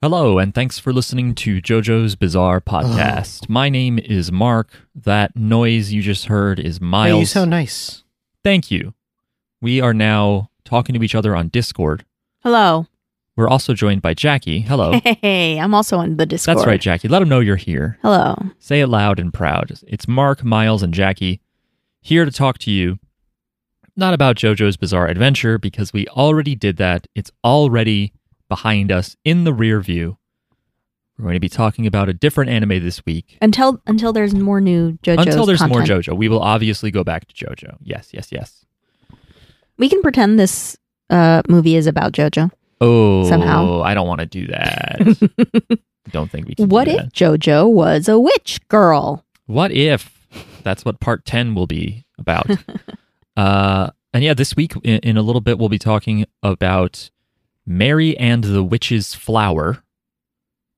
Hello, and thanks for listening to JoJo's Bizarre Podcast. My name is Mark. That noise you just heard is Hey, Miles. you sound nice. Thank you. We are now talking to each other on Discord. Hello. We're also joined by Jackie. Hello. Hey, I'm also on the Discord. That's right, Jackie. Let them know you're here. Hello. Say it loud and proud. It's Mark, Miles, and Jackie here to talk to you. Not about JoJo's Bizarre Adventure, because we already did that. It's already behind us in the rear view. We're going to be talking about a different anime this week. Until until there's more new JoJo's Until there's content. more JoJo. We will obviously go back to JoJo. Yes, yes, yes. We can pretend this uh, movie is about JoJo. Oh, Somehow. I don't want to do that. don't think we can. What do if that. JoJo was a witch girl? What if that's what part 10 will be about? uh, and yeah, this week in, in a little bit, we'll be talking about Mary and the Witch's Flower,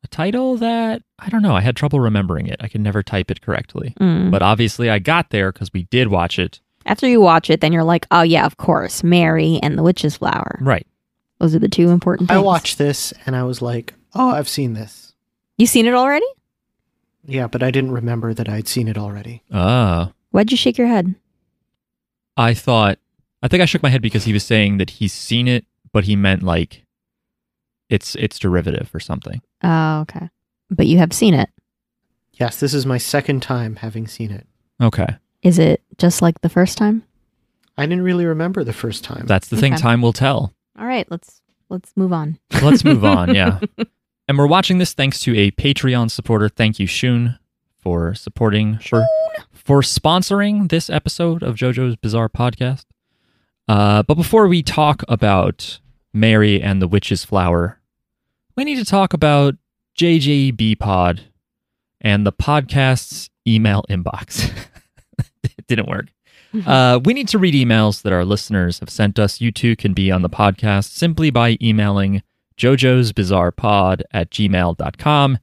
a title that I don't know. I had trouble remembering it. I could never type it correctly. Mm. But obviously, I got there because we did watch it. After you watch it, then you're like, oh yeah, of course, Mary and the Witch's Flower. Right. Those are the two important I things. watched this and I was like, oh, I've seen this. You seen it already? Yeah, but I didn't remember that I'd seen it already. Ah. Why'd you shake your head? I thought, I think I shook my head because he was saying that he's seen it, but he meant like it's it's derivative or something. Oh, okay. But you have seen it. Yes, this is my second time having seen it. Okay. Is it just like the first time? I didn't really remember the first time. That's the thing. Okay. Time will tell. All right, let's let's move on. Let's move on. Yeah. And we're watching this thanks to a Patreon supporter. Thank you, Shun, for supporting for, for sponsoring this episode of JoJo's Bizarre Podcast. Uh, but before we talk about Mary and the Witch's Flower, we need to talk about JJB Pod and the podcast's email inbox. it didn't work. Uh, we need to read emails that our listeners have sent us. You too can be on the podcast simply by emailing jojo's bizarre pod at gmail.com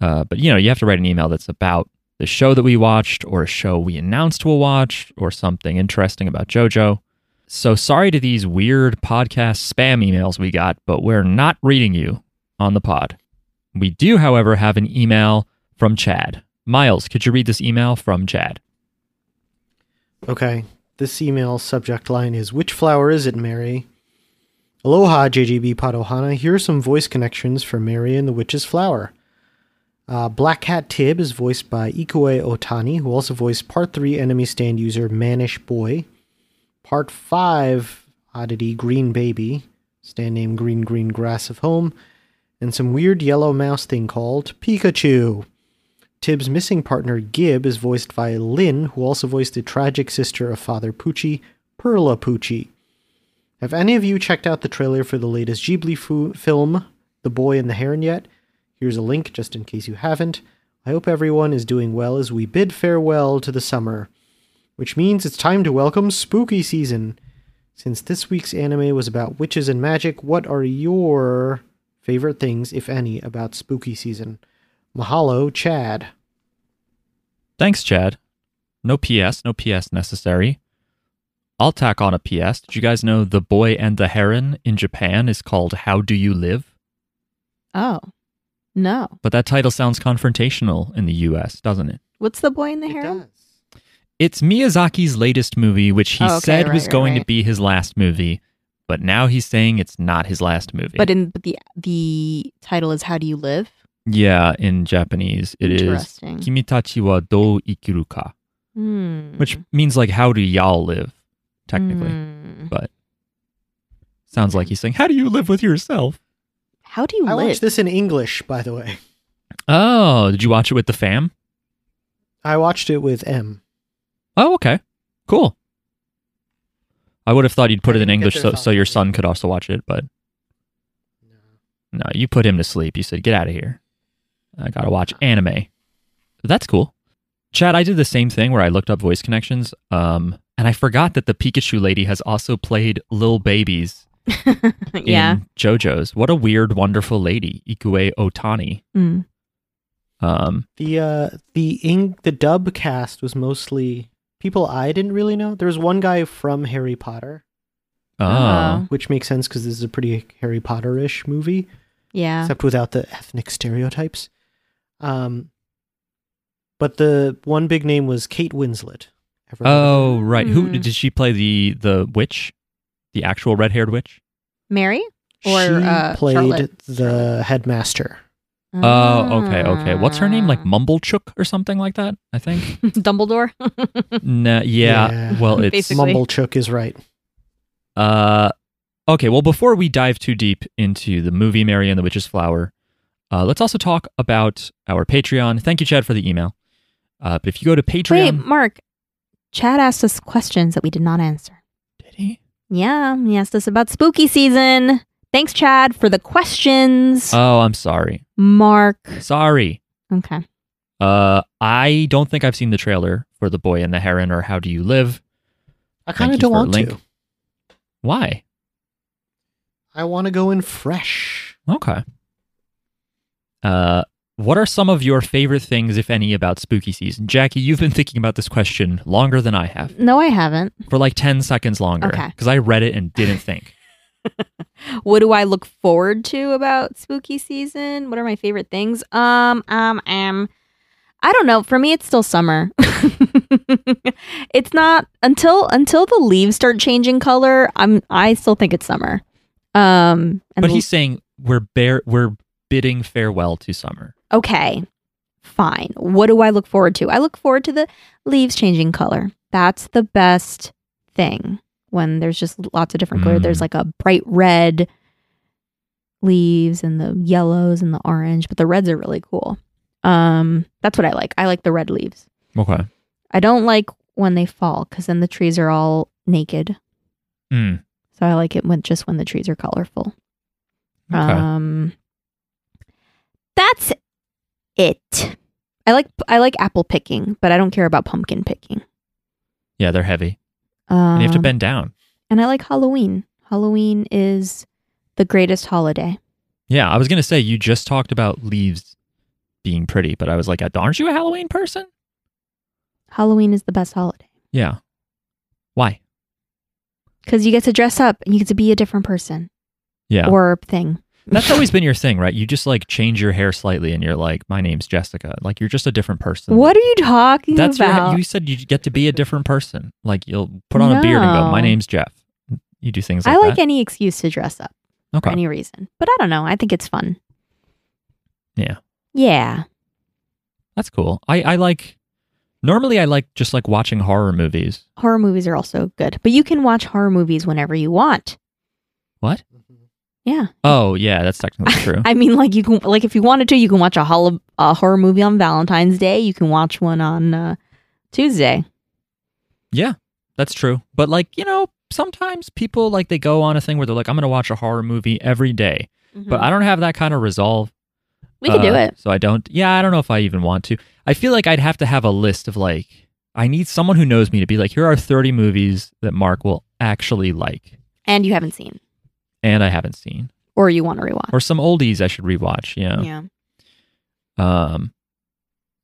uh, but you know you have to write an email that's about the show that we watched or a show we announced we'll watch or something interesting about jojo so sorry to these weird podcast spam emails we got but we're not reading you on the pod we do however have an email from chad miles could you read this email from chad Okay. This email subject line is Which flower is it, Mary? Aloha, JGB Padohana. Here are some voice connections for Mary and the Witch's Flower. Uh, Black Cat Tib is voiced by Ikue Otani, who also voiced Part 3 enemy stand user Manish Boy, Part 5 oddity Green Baby, stand name Green Green Grass of Home, and some weird yellow mouse thing called Pikachu. Tib's missing partner Gib is voiced by Lynn, who also voiced the tragic sister of Father Pucci, Perla Pucci. Have any of you checked out the trailer for the latest Ghibli fu- film, The Boy and the Heron, yet? Here's a link just in case you haven't. I hope everyone is doing well as we bid farewell to the summer, which means it's time to welcome spooky season. Since this week's anime was about witches and magic, what are your favorite things, if any, about spooky season? Mahalo, Chad. Thanks, Chad. No PS, no PS necessary. I'll tack on a PS. Did you guys know The Boy and the Heron in Japan is called How Do You Live? Oh. No. But that title sounds confrontational in the US, doesn't it? What's the boy in the harem? It's Miyazaki's latest movie, which he Oh, okay, said right, was right, going to right. be his last movie, but now he's saying it's not his last movie. But in but the the title is How Do You Live? yeah, in Japanese, it is Interesting. Kimitachi wa do ikiru ka, Hmm. which means like how do y'all live, technically. Hmm. but sounds like he's saying, "How do you live with yourself?" How do you I live? watched this in English, by the way. Oh, did you watch it with the fam? I watched it with M. Oh, okay, cool. I would have thought you'd put I it in didn't get English their so, thoughts so your on son it. could also watch it, but no, you put him to sleep. You said, "Get out of here! I gotta watch anime." That's cool. Chad, I did the same thing where I looked up voice connections, um, and I forgot that the Pikachu lady has also played Lil Babies in yeah. JoJo's. What a weird, wonderful lady, Ikue Otani. Hmm. Um, The uh the ing the dub cast was mostly people I didn't really know. There was one guy from Harry Potter, oh. Uh-huh. Oh. which makes sense because this is a pretty Harry Potter-ish movie. Yeah. except without the ethnic stereotypes. Um, but the one big name was Kate Winslet. Ever heard of Oh, right. Who Mhm. did she play the the witch? The actual red-haired witch? Mary? her? or, she uh, played Charlotte- the headmaster. Mm. Oh, okay, okay. What's her name? Like Mumblechook or something like that, I think. Dumbledore? nah, yeah. Yeah. Well, it's Basically. Mumblechook is right. Uh, okay, well, before we dive too deep into the movie Mary and the Witch's Flower, uh, let's also talk about our Patreon. Thank you, Chad, for the email. Uh, but if you go to Wait, Patreon, Mark. Chad asked us questions that we did not answer. did he? Yeah, he asked us about spooky season. Thanks, Chad, for the questions. Oh, I'm sorry. Mark. Sorry. Okay. Uh, I don't think I've seen the trailer for The Boy and the Heron or How Do You Live. I kind you of don't for want link. to. Why? I want to go in fresh. Okay. Uh, what are some of your favorite things, if any, about spooky season? Jackie, you've been thinking about this question longer than I have. No, I haven't. for like 10 seconds longer Okay. because I read it and didn't think. What do I look forward to about spooky season? What are my favorite things? Um, um, um. I don't know. For me, it's still summer. it's not until until the leaves start changing color. I'm I still think it's summer. Um, and but the- he's saying we're bare, we're bidding farewell to summer. okay, fine. What do I look forward to? I look forward to the leaves changing color. That's the best thing when there's just lots of different color. Mm. There's like a bright red leaves and the yellows and the orange, but the reds are really cool. Um, that's what I like. I like the red leaves. Okay. I don't like when they fall because then the trees are all naked. Mm. So I like it when just when the trees are colorful. Okay. Um, that's it. I like I like apple picking, but I don't care about pumpkin picking. yeah, they're heavy. Um, And you have to bend down. and I like Halloween. Halloween is the greatest holiday. Yeah, I was going to say you just talked about leaves being pretty, but I was like, "Uh, aren't you a Halloween person? Halloween is the best holiday Yeah. Why? because you get to dress up and you get to be a different person Yeah. or thing. That's always been your thing, right? You just like change your hair slightly and you're like, my name's Jessica. Like you're just a diffent person. What are you talking That's about? your, you said you get to be a different person. Like you'll put on a beard and go, No. my name's Jeff. You do things like I like that. any excuse to dress up for Okay. any reason, but I don't know. I think it's fun. Yeah. Yeah. That's cool. I, I like normally I like just like watching horror movies. Horror movies are also good, but you can watch horror movies whenever you want. What? Yeah. Oh yeah, that's technically true. I mean, like you can, like if you wanted to, you can watch a, hol- a horror movie on Valentine's Day. You can watch one on uh, Tuesday. yeah, that's true. But like, you know, sometimes people like they go on a thing where they're like, I'm gonna watch a horror movie every day. But Hmm. I don't have that kind of resolve. we can do Uh, it. So I don't yeah, I don't know if I even want to. I feel like I'd have to have a list of like I need someone who knows me to be like, here are thirty movies that Mark will actually like And you haven't seen, and I haven't seen. or you want to rewatch. Or some oldies I should rewatch, yeah. yeah. Um,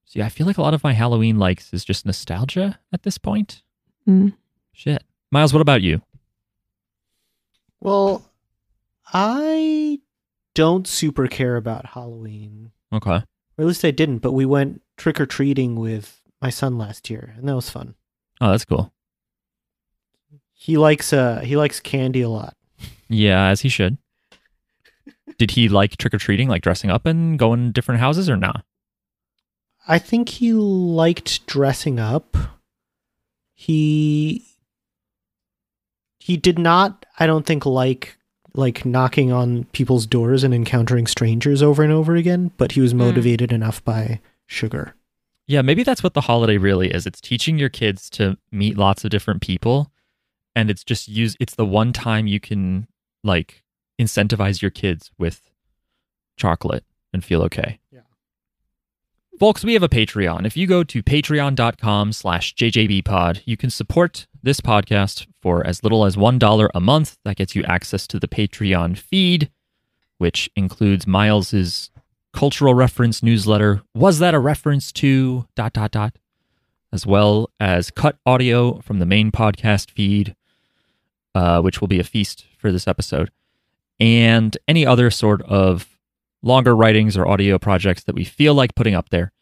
see, I feel like a lot of my Halloween likes is just nostalgia at this point. Mm. Shit, Miles, what about you? Well, I don't super care about Halloween. Okay, Or at least I didn't, but we went trick or treating with my son last year, and that was fun. oh, that's cool. He likes uh he likes candy a lot. Yeah, as he should. Did he like trick or treating, like dressing up and going to different houses, or not? I think he liked dressing up. He he did not, I don't think like like knocking on people's doors and encountering strangers over and over again, but he was motivated enough by sugar. Yeah, maybe that's what the holiday really is. It's teaching your kids to meet lots of different people, and it's just use. It's the one time you can like incentivize your kids with chocolate and feel okay. Yeah. Folks, we have a Patreon. If you go to patreon.com slash jjbpod, you can support this podcast for as little as $1 a month. That gets you access to the Patreon feed, which includes Miles's cultural reference newsletter. Was that a reference to dot dot dot? As well as cut audio from the main podcast feed, uh, which will be a feast for this episode, and any other sort of longer writings or audio projects that we feel like putting up there.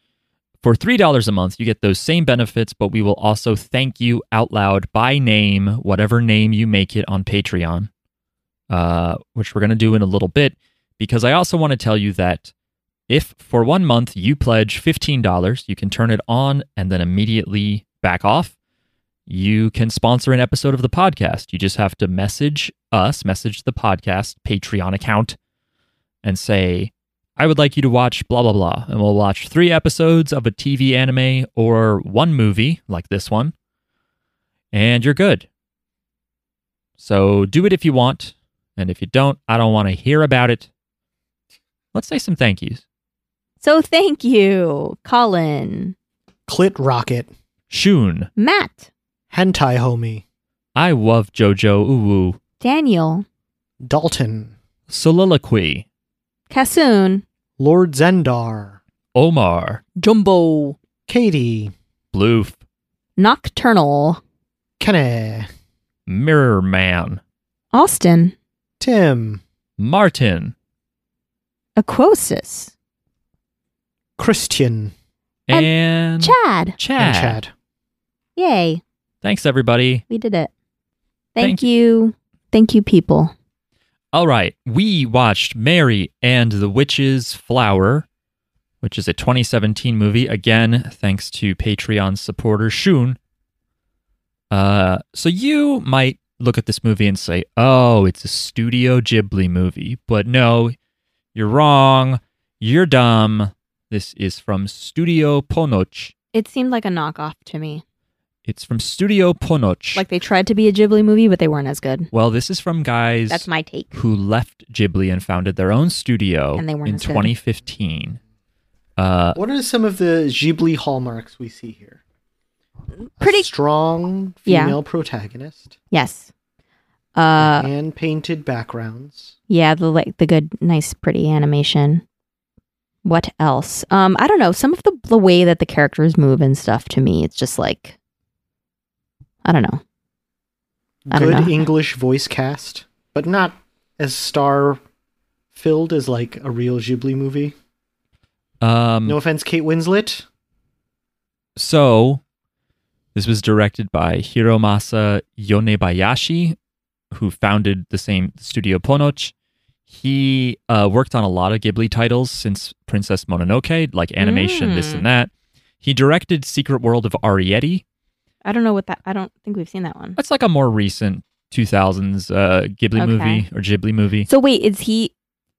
For $3 a month, you get those same benefits, but we will also thank you out loud by name, whatever name you make it on Patreon, uh, which we're going to do in a little bit, because I also want to tell you that if for one month you pledge $15, you can turn it on and then immediately back off. You can sponsor an episode of the podcast. You just have to message us, message the podcast Patreon account, and say, I would like you to watch blah, blah, blah. And we'll watch three episodes of a TV anime or one movie like this one, and you're good. So do it if you want. And if you don't, I don't want to hear about it. Let's say some thank yous. So thank you, Colin, Clit Rocket, Shun, Matt, Hentai Homie, I love JoJo Uwu, Daniel, Dalton, Soliloquy, Kassoon, Lord Zendar, Omar, Jumbo, Katie, Bloof, Nocturnal, Kenny, Mirror Man, Austin, Tim, Martin, Aquosis, Christian, And and, Chad. Chad. and Chad. Yay, Thanks, everybody. we did it. Thank Thank you. Thank you, people. All right, we watched Mary and the Witch's Flower, which is a 2017 movie. Again, thanks to Patreon supporter Shun. Uh, so you might look at this movie and say, "Oh, it's a Studio Ghibli movie," but no, you're wrong. You're dumb. This is from Studio Ponoch. It seemed like a knockoff to me. It's from Studio Ponoch. Like they tried to be a Ghibli movie, but they weren't as good. well, this is from guys. That's my take. who left Ghibli and founded their own studio And they weren't in as good. 2015. Uh, What are some of the Ghibli hallmarks we see here? A Pretty- strong Yeah. female protagonist Yes. Uh, and painted backgrounds. Yeah, the like the good, nice, pretty animation. What else? Um, I don't know. Some of the the way that the characters move and stuff to me, it's just like I don't know. I don't good know. English voice cast, but not as star filled as like a real Ghibli movie. um, No offense, Kate Winslet. So, this was directed by Hiromasa Yonebayashi, who founded the same studio Ponoch. He uh, worked on a lot of Ghibli titles since Princess Mononoke, like animation, this Mm. and that. He directed Secret World of Arietti. I don't know what that. I don't think we've seen that one. That's like a more recent 2000s uh, Ghibli Okay. movie or Ghibli movie. So wait, is he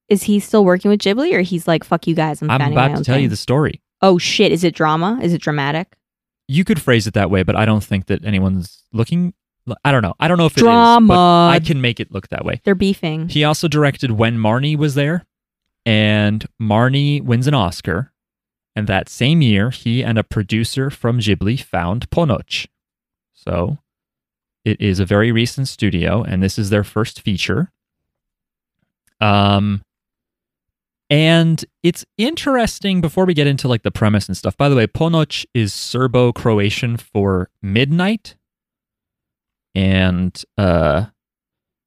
is he still working with Ghibli, or he's like, fuck you guys, I'm, I'm founding my about to own tell you thing? the story. Oh shit, is it drama? Is it dramatic? you could phrase it that way, but I don't think that anyone's looking. I don't know. I don't know if it is, Drama. but I can make it look that way. They're beefing. He also directed When Marnie Was There, and Marnie wins an Oscar. And that same year, he and a producer from Ghibli found Ponoch. So it is a very recent studio, and this is their first feature. Um, and it's interesting before we get into like the premise and stuff. By the way, Ponoch is Serbo Croatian for midnight. And uh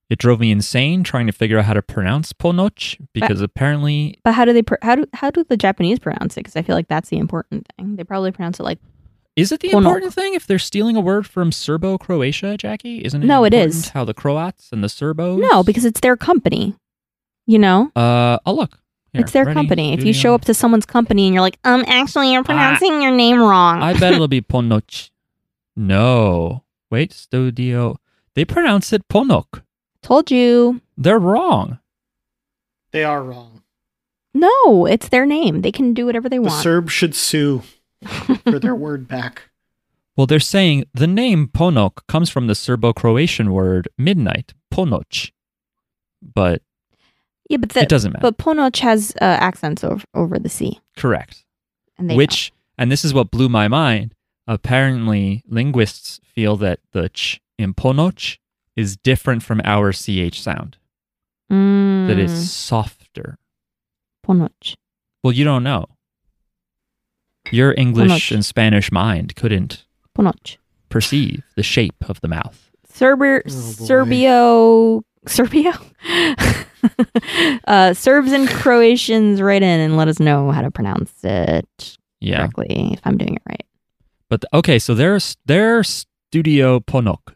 it drove me insane trying to figure out how to pronounce Ponoch because apparently But how do they pr- how do how do the Japanese pronounce it? Because I feel like that's the important thing. They probably pronounce it like is it the Ponoch. important thing if they're stealing a word from Serbo Croatia, Jackie? Isn't it No, it important is. how the Croats and the Serbos no, because it's their company. You know. uh I'll look. Here, it's their ready, company. If you studio. show up to someone's company and you're like, um, actually, you're pronouncing your name wrong. I bet it'll be Ponoch. No. Wait, studio. They pronounce it Ponoch. Told you. They're wrong. They are wrong. No, it's their name. They can do whatever they The want. Serbs should sue for their word back. Well, they're saying the name Ponoch comes from the Serbo Croatian word midnight, Ponoch. But yeah, but the, it doesn't matter. But Ponoch has uh, accents over over the sea, Correct. and they Which, and this is what blew my mind. Apparently, linguists feel that the ch in Ponoch is different from our ch sound, know. Mm, that it's softer. Ponoch. Well, you don't know. Your English Ponoch. and Spanish mind couldn't Ponoch. perceive the shape of the mouth. Serber, Oh, boy. Serbio, Serbio, uh, Serbs and Croatians, write in and let us know how to pronounce it Yeah. correctly if I'm doing it right. But th- okay, so there's their Studio Ponok,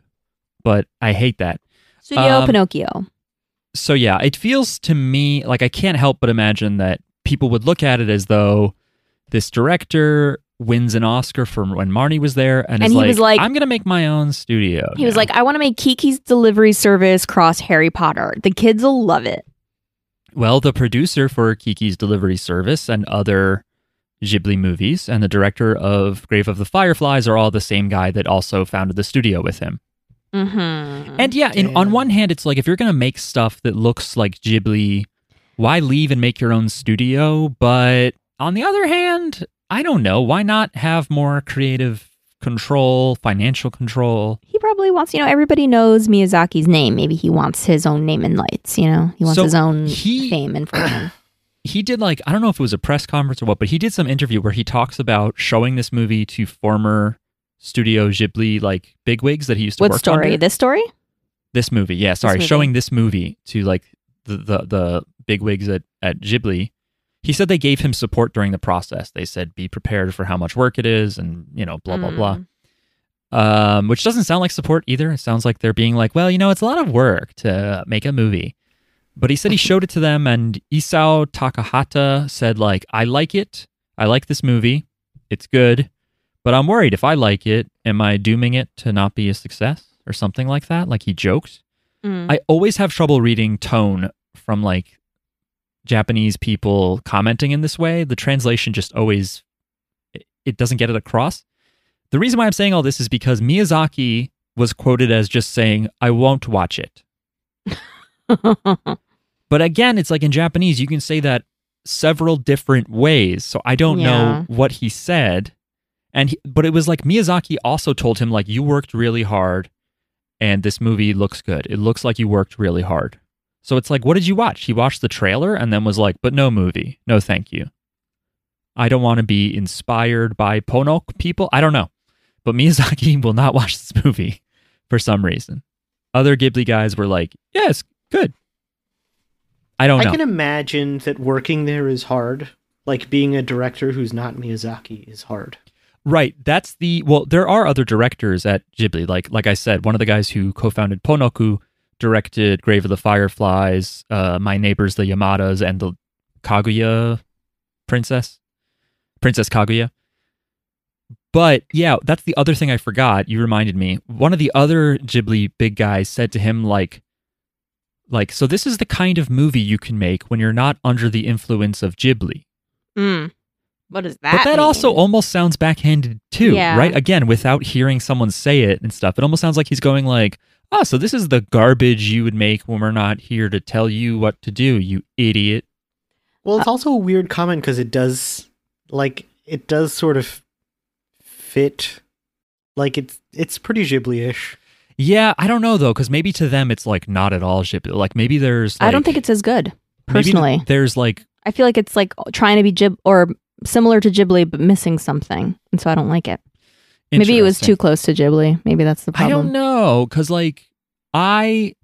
but I hate that. Studio Um, Pinocchio. So yeah, it feels to me like I can't help but imagine that people would look at it as though this director wins an Oscar for when Marnie was there, and, And is he was like- "I'm gonna make my own studio." He was now." like, I want to make Kiki's delivery service cross Harry Potter. The kids will love it. Well, the producer for Kiki's Delivery Service and other Ghibli movies and the director of Grave of the Fireflies are all the same guy that also founded the studio with him. Mm-hmm. And yeah, in, on Yeah. one hand, it's like if you're going to make stuff that looks like Ghibli, why leave and make your own studio? But on the other hand, I don't know. Why not have more creative control, financial control? he probably wants, you know, everybody knows Miyazaki's name. Maybe he wants his own name and lights, you know? He wants So his own he- fame and fortune. he did like I don't know if it was a press conference or what, but he did some interview where he talks about showing this movie to former Studio Ghibli like bigwigs that he used to what work story? under. This story? This movie, yeah, sorry, movie. showing this movie to like the the, the bigwigs at at Ghibli. He said they gave him support during the process. They said be prepared for how much work it is, and you know, blah blah blah. Um, which doesn't sound like support either. It sounds like they're being like, well, you know, it's a lot of work to make a movie. But he said he showed it to them, and Isao Takahata said, like, I like it. I like this movie. It's good. But I'm worried if I like it, am I dooming it to not be a success or something like that? Like he joked. Mm. I always have trouble reading tone from like Japanese people commenting in this way. The translation just always it, it doesn't get it across. The reason why I'm saying all this is because Miyazaki was quoted as just saying, "I won't watch it." But again, it's like in Japanese, you can say that several different ways. So I don't Yeah. know what he said. And he, but it was like Miyazaki also told him like you worked really hard and this movie looks good. It looks like you worked really hard. So it's like what did you watch? He watched the trailer and then was like, "But no movie. No, thank you." I don't want to be inspired by Ponok people. I don't know. But Miyazaki will not watch this movie for some reason. Other Ghibli guys were like, "Yeah, it's good." I don't I know. can imagine that working there is hard. Like being a director who's not Miyazaki is hard. Right. That's the well. There are other directors at Ghibli. Like like I said, one of the guys who co-founded Ponoku directed Grave of the Fireflies, uh, My Neighbors the Yamadas, and the Kaguya Princess, Princess Kaguya. But yeah, that's the other thing I forgot. You reminded me. One of the other Ghibli big guys said to him like, like so this is the kind of movie you can make when you're not under the influence of Ghibli. Mm. What does that But that mean? also almost sounds backhanded too, Yeah. right? Again, without hearing someone say it and stuff, it almost sounds like he's going like, "Oh, so this is the garbage you would make when we're not here to tell you what to do, you idiot." Well, it's also a weird comment because it does, like, it does sort of fit. Like it's it's pretty Ghibli-ish. Yeah, I don't know though, because maybe to them it's like not at all ship. Like maybe there's, I don't like- think it's as good, maybe th- personally. there's like, I feel like it's like trying to be Ghib or similar to Ghibli, but missing something. And so I don't like it. Maybe it was interesting. too close to Ghibli. Maybe that's the I don't problem. know, because like I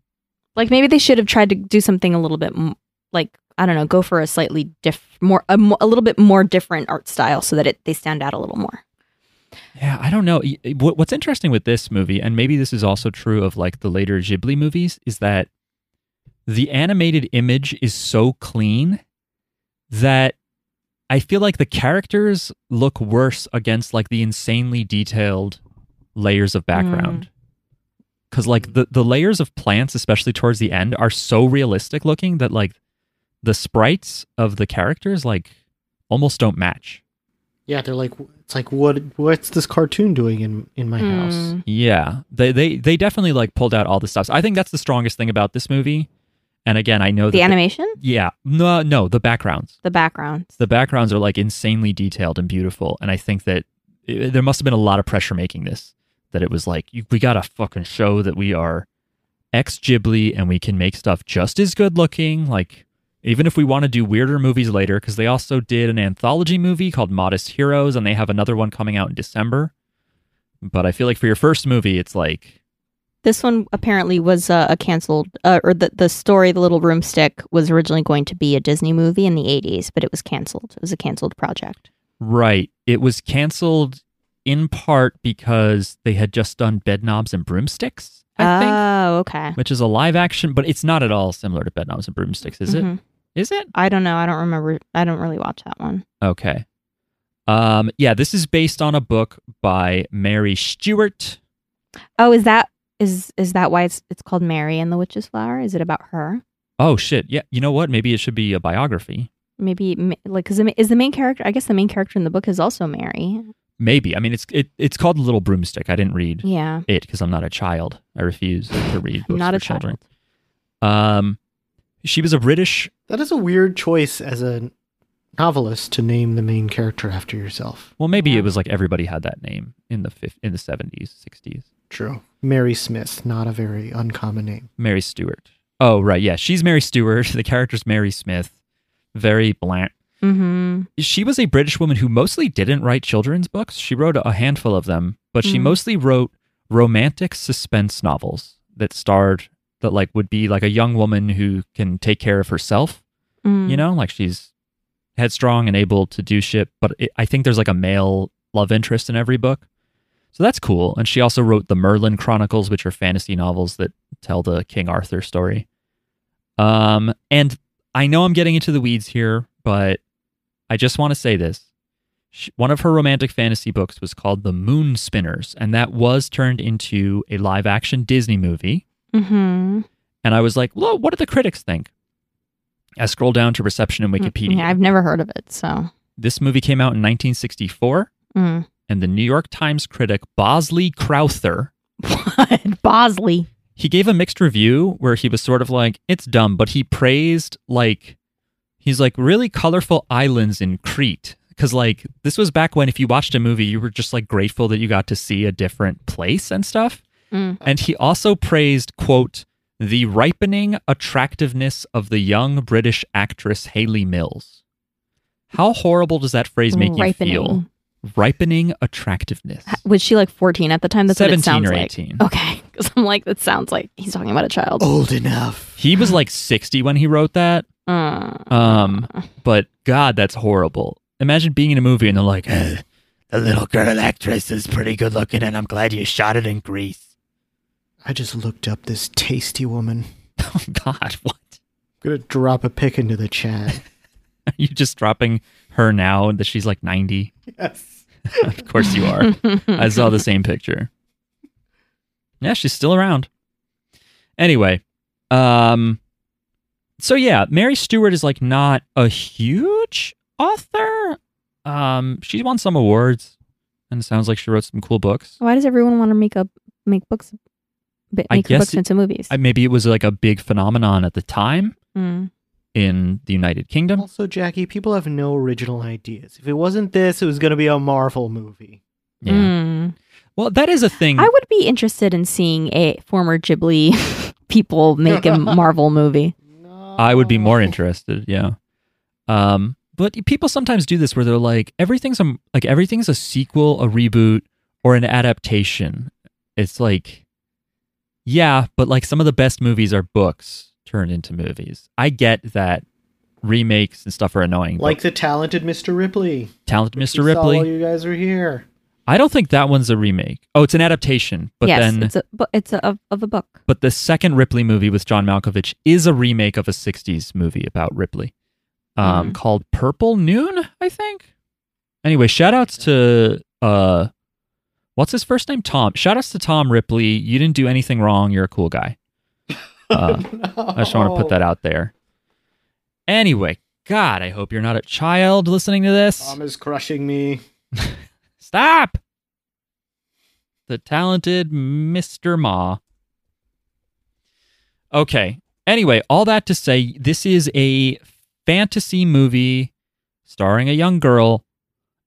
Like maybe they should have tried to do something a little bit m- like I don't know, go for a slightly diff more a, mo- a little bit more different art style so that it they stand out a little more. Yeah, I don't know. Y- what- What's interesting with this movie, and maybe this is also true of like the later Ghibli movies, is that the animated image is so clean that I feel like the characters look worse against like the insanely detailed layers of background. Cause like the, the layers of plants, especially towards the end, are so realistic looking that like the sprites of the characters like almost don't match. Yeah, they're like it's like what what's this cartoon doing in in my house? Oh, Mm. Yeah, they they they definitely like pulled out all the stops. I think that's the strongest thing about this movie. And again, I know that The animation, yeah, no, no, the backgrounds. the background. The backgrounds are like insanely detailed and beautiful. And I think that it, there must have been a lot of pressure making this. That it was like you, we gotta fucking show that we are ex Ghibli and we can make stuff just as good looking. Like even if we want to do weirder movies later, because they also did an anthology movie called Modest Heroes, and they have another one coming out in December. But I feel like for your first movie, it's like This one apparently was uh, a canceled, uh, or the, the story, The Little Broomstick, was originally going to be a Disney movie in the 80s, but it was canceled. It was a canceled project. Right. It was canceled in part because they had just done Bed Knobs and Broomsticks, I think, oh, okay. which is a live action, but it's not at all similar to Bed Knobs and Broomsticks, is it? Mhm. Is it? I don't know. I don't remember. I don't really watch that one. Okay. Um, yeah, this is based on a book by Mary Stewart. Oh, is that is is that why it's it's called Mary and the Witch's Flower? Is it about her? Oh shit. Yeah, you know what? Maybe it should be a biography. Maybe m- like because is the main character? I guess the main character in the book is also Mary. Maybe. I mean, it's it, it's called Little Broomstick. I didn't read Yeah, it because I'm not a child. I refuse to read I'm books not for a children. child. Um, she was a British That is a weird choice as a novelist to name the main character after yourself. Well, maybe Yeah. it was like everybody had that name in the fif- in the seventies, sixties. True. Mary Smith, not a very uncommon name. Mary Stewart. Oh, right, yeah, she's Mary Stewart. The character's Mary Smith. Very bland. Mm-hmm. She was a British woman who mostly didn't write children's books. She wrote a handful of them, but she Mhm. mostly wrote romantic suspense novels that starred that like would be like a young woman who can take care of herself Mm-hmm. you know like she's headstrong and able to do shit but it, i think there's like a male love interest in every book so that's cool and she also wrote the merlin chronicles which are fantasy novels that tell the king arthur story um and i know i'm getting into the weeds here but i just want to say this Sh one of her romantic fantasy books was called the moon spinners and that was turned into a live action disney movie Mm-hmm. and I was like, "Well, what do the critics think?" I scroll down to reception Mm-hmm. in Wikipedia. I've never heard of it, so. This movie came out in 1964, Mm. and the New York Times critic Bosley Crowther What? Bosley. he gave a mixed review where he was sort of like, "It's dumb," but he praised like he's like really colorful islands in Crete because like this was back when if you watched a movie, you were just like grateful that you got to see a different place and stuff. Mm. And he also praised, quote, the ripening attractiveness of the young British actress Hayley Mills. How horrible does that phrase make Ripening. you feel? Ripening attractiveness. Ha- Was she like 14 at the time? That's what 17 it sounds or like. 18. Okay, because I'm like, that sounds like he's talking about a child. Oh. Old enough. He was like 60 when he wrote that, Mm. Um, but God, that's horrible. Imagine being in a movie and they're like, "Eh, The little girl actress is pretty good looking, and I'm glad you shot it in Greece. I just looked up this tasty woman. oh God, what? I'm gonna drop a pic into the chat. Are you just dropping her now and that she's like 90? yes. of course you are. I saw the same picture. Yeah, she's still around. Anyway, um so yeah, Mary Stewart is like not a huge author. Um she won some awards and it sounds like she wrote some cool books. Why does everyone want to make up make books, b- I make guess books it- into movies? Uh, Maybe it was like a big phenomenon at the time Mm. in the United Kingdom. Also, Jackie, people have no original ideas. If it wasn't this, it was gonna be a Marvel movie. Yeah. Mm. Well, that is a thing. I would be interested in seeing a former Ghibli people make a Marvel movie. No. I would be Oh. more interested. Yeah. Um, but people sometimes do this where they're like, everything's a, like everything's a sequel, a reboot, or an adaptation. It's like, yeah, but like some of the best movies are books turned into movies. I get that remakes and stuff are annoying. but Like the talented Mr. Ripley. talented Mr. We saw while Ripley. you guys are here. I don't think that one's a remake. Oh, it's an adaptation. But yes, then, it's a but it's a, of, of a book. but the second Ripley movie with John Malkovich is a remake of a '60s movie about Ripley, um, Mhm. called Purple Noon, I think. Anyway, shout outs to uh, what's his first name? Tom. Shout outs to Tom Ripley. You didn't do anything wrong. You're a cool guy. Uh, I just want to put that out there. Anyway, God, I hope you're not a child listening to this. Tom is crushing me. Stop! The talented Mr. Ma. Okay. Anyway, all that to say, this is a fantasy movie starring a young girl.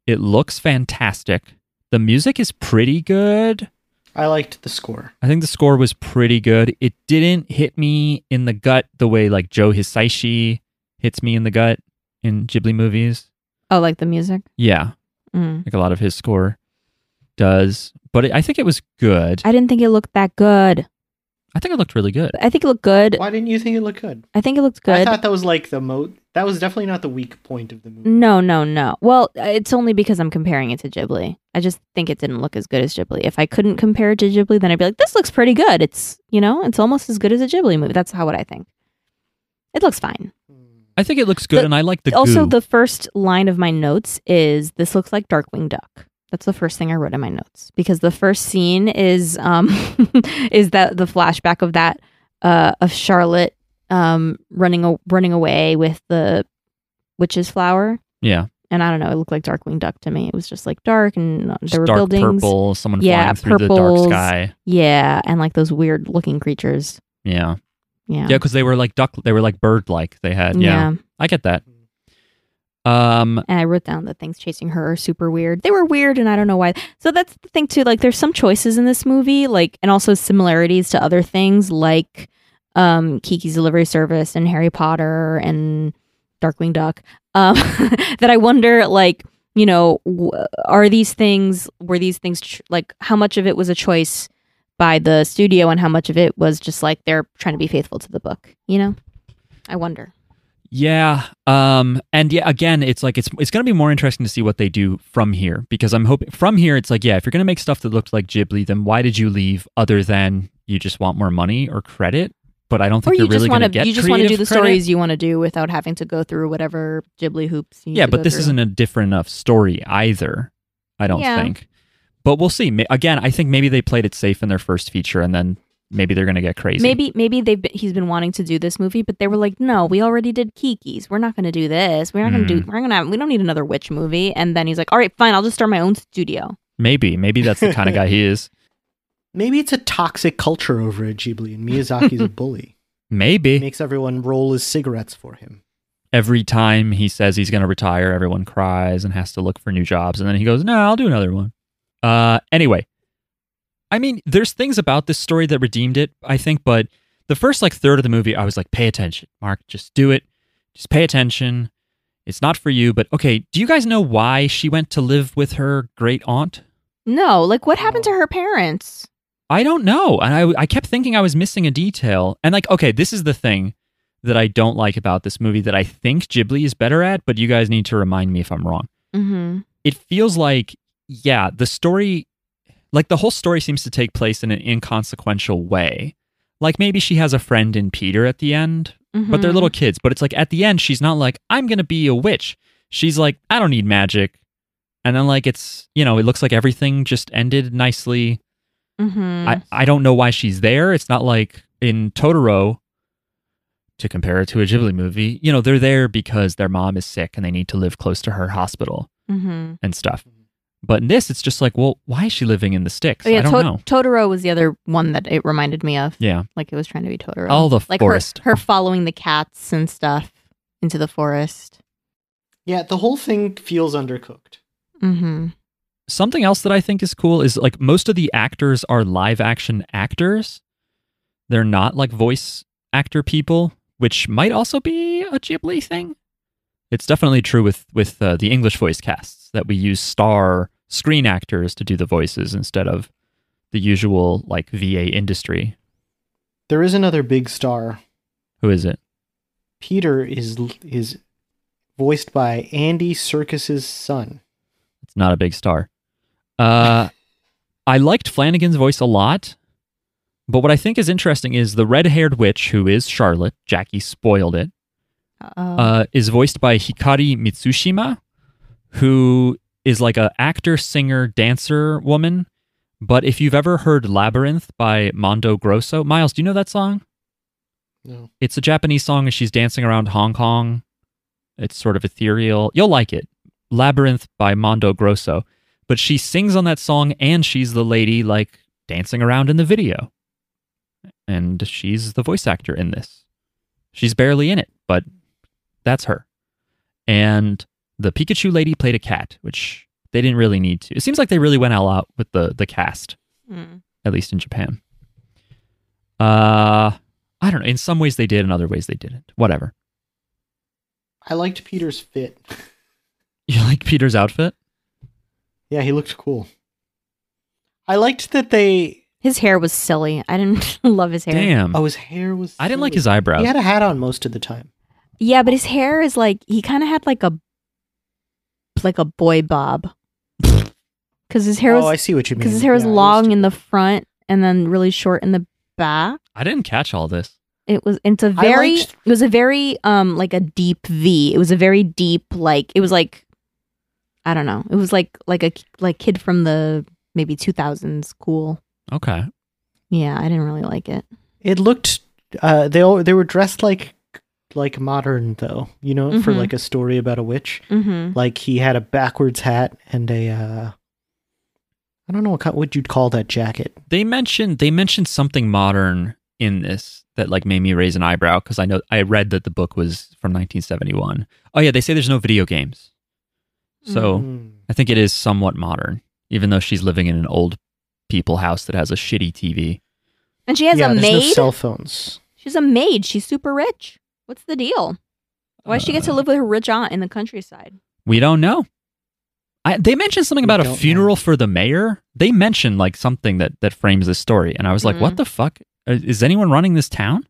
It looks fantastic. The music is pretty good. I liked the score. I think the score was pretty good. It didn't hit me in the gut the way like Joe Hisaishi hits me in the gut in Ghibli movies. Oh, like the music. Yeah, Mm. like a lot of his score does. But it, I think it was good. I didn't think it looked that good. I think it looked really good. But I think it looked good. Why didn't you think it looked good? I think it looked I good. thought that was like the mo. That was definitely not the weak point of the movie. No, no, no. Well, uh, it's only because I'm comparing it to Ghibli. I just think it didn't look as good as Ghibli. If I couldn't compare it to Ghibli, then I'd be like, this looks pretty good. It's, you know, it's almost as good as a Ghibli movie. That's how what I think. It looks fine. Hmm. I think it looks good, The- and I like the also, goo. the first line of my notes is this looks like Darkwing Duck. That's the first thing I wrote in my notes because the first scene is um is that the flashback of that uh of Charlotte um running a- running away with the witch's flower yeah, and I don't know, it looked like Darkwing Duck to me. It was just like dark and uh, just there were dark buildings. purple. Someone Yeah, flying through the dark purples. sky. Yeah, and like those weird looking creatures. Yeah, Yeah. yeah, because they were like duck. They were like bird like. They had yeah. I get that. Um, And I wrote down that things chasing her are super weird. They were weird and I don't know why. So that's the thing too. Like there's some choices in this movie, like and also similarities to other things like um Kiki's delivery service and Harry Potter and Darkwing Duck. Um that I wonder like, you know, w- are these things were these things ch- like how much of it was a choice by the studio and how much of it was just like they're trying to be faithful to the book, you know? I wonder. Yeah. Um and yeah again it's like it's it's going to be more interesting to see what they do from here because I'm hoping from here it's like yeah if you're going to make stuff that looked like Ghibli then why did you leave other than you just want more money or credit but I don't think or you're you just really going want to to get you just want to do the stories you want to do without having to go through whatever Ghibli hoops. You need Yeah, to but go this through. isn't a different enough story either. I don't Yeah. think. But we'll see. Ma- Again, I think maybe they played it safe in their first feature and then maybe they're going to get crazy. Maybe maybe they've been, he's been wanting to do this movie, but they were like, no, we already did Kiki's. We're not going to do this. We're not going Mm. to do. We're gonna. We don't need another witch movie. And then he's like, all right, fine, I'll just start my own studio. maybe maybe that's the kind of guy he is. Maybe it's a toxic culture over at Ghibli, and Miyazaki's a bully. He Maybe makes everyone roll his cigarettes for him. every time he says he's going to retire, everyone cries and has to look for new jobs. And then he goes, No, I'll do another one. Uh, anyway, I mean, there's things about this story that redeemed it, I think, but the first like third of the movie, I was like, Pay attention, Mark, just do it. Just pay attention. It's not for you, but okay, do you guys know why she went to live with her great aunt? No, like what happened to her parents? I don't know. And I, I kept thinking I was missing a detail. And like, okay, this is the thing that I don't like about this movie that I think Ghibli is better at, but you guys need to remind me if I'm wrong. Mm-hmm. it feels like yeah the story like the whole story seems to take place in an inconsequential way like maybe she has a friend in peter at the end mm-hmm, but they're little kids but it's like at the end she's not like i'm gonna be a witch she's like i don't need magic and then like it's you know it looks like everything just ended nicely Mm-hmm. I, I don't know why she's there. It's not like in Totoro, to compare it to a Ghibli movie, you know, they're there because their mom is sick and they need to live close to her hospital mm-hmm. and stuff. But in this, it's just like, well, why is she living in the sticks? Oh yeah, I don't To- know. Totoro was the other one that it reminded me of. Yeah. Like it was trying to be Totoro. All the like forest. Her, her following the cats and stuff into the forest. Yeah, the whole thing feels undercooked. Mm-hmm. Something else that I think is cool is like most of the actors are live action actors. They're not like voice actor people, which might also be a Ghibli thing. It's definitely true with with uh, the English voice casts that we use star screen actors to do the voices instead of the usual like VA industry. There is another big star. Who is it? Peter is is voiced by Andy Circus's son. It's not a big star. Uh, I liked Flanagan's voice a lot, but what I think is interesting is the red-haired witch who is Charlotte. Jackie spoiled it. oh Uh, is voiced by Hikari Mitsushima, who is like a actor, singer, dancer woman. But if you've ever heard "Labyrinth" by Mondo Grosso, Miles, do you know that song? No. It's a Japanese song, and she's dancing around Hong Kong. It's sort of ethereal. You'll like it. Labyrinth by Mondo Grosso. But she sings on that song, and she's the lady like dancing around in the video. And she's the voice actor in this. She's barely in it, but that's her. And the Pikachu lady played a cat, which they didn't really need to. It seems like they really went all out with the the cast, Mm. at least in Japan. Uh I don't know. In some ways they did, in other ways they didn't. Whatever. I liked Peter's fit. You like Peter's outfit? Yeah, he looked cool. I liked that they His hair was silly. I didn't love his hair. Damn. Oh, his hair was. Hmm. I didn't like silly. his eyebrows. He had a hat on most of the time. Yeah, but his hair is like he kind of had like a like a boy bob because his hair oh, I was see what you mean. because his hair was Yeah, I used long to- in the front and then really short in the back. I didn't catch all this. It was it's a very liked- it was a very um like a deep V. It was a very deep like it was like I don't know. It was like like a like kid from the maybe 2000s cool. Okay. Yeah, I didn't really like it. It looked. Uh, they all, they were dressed like like modern though. You know, for Mhm. like a story about a witch. Mhm. Like he had a backwards hat and a. Uh, I don't know what kind, what you'd call that jacket. They mentioned they mentioned something modern in this that like made me raise an eyebrow because I know I read that the book was from 1971. Oh yeah, they say there's no video games, so Mm. I think it is somewhat modern, even though she's living in an old people house that has a shitty TV. And she has yeah, a there's no maid. cell phones. She's a maid. She's super rich. What's the deal? Why does she get to Uh, live with her rich aunt in the countryside? We don't know. I, they mentioned something We about don't a know. funeral for the mayor. They mentioned like something that that frames this story, and I was like, Mhm. Mm-hmm. "What the fuck? Is is anyone running this town?"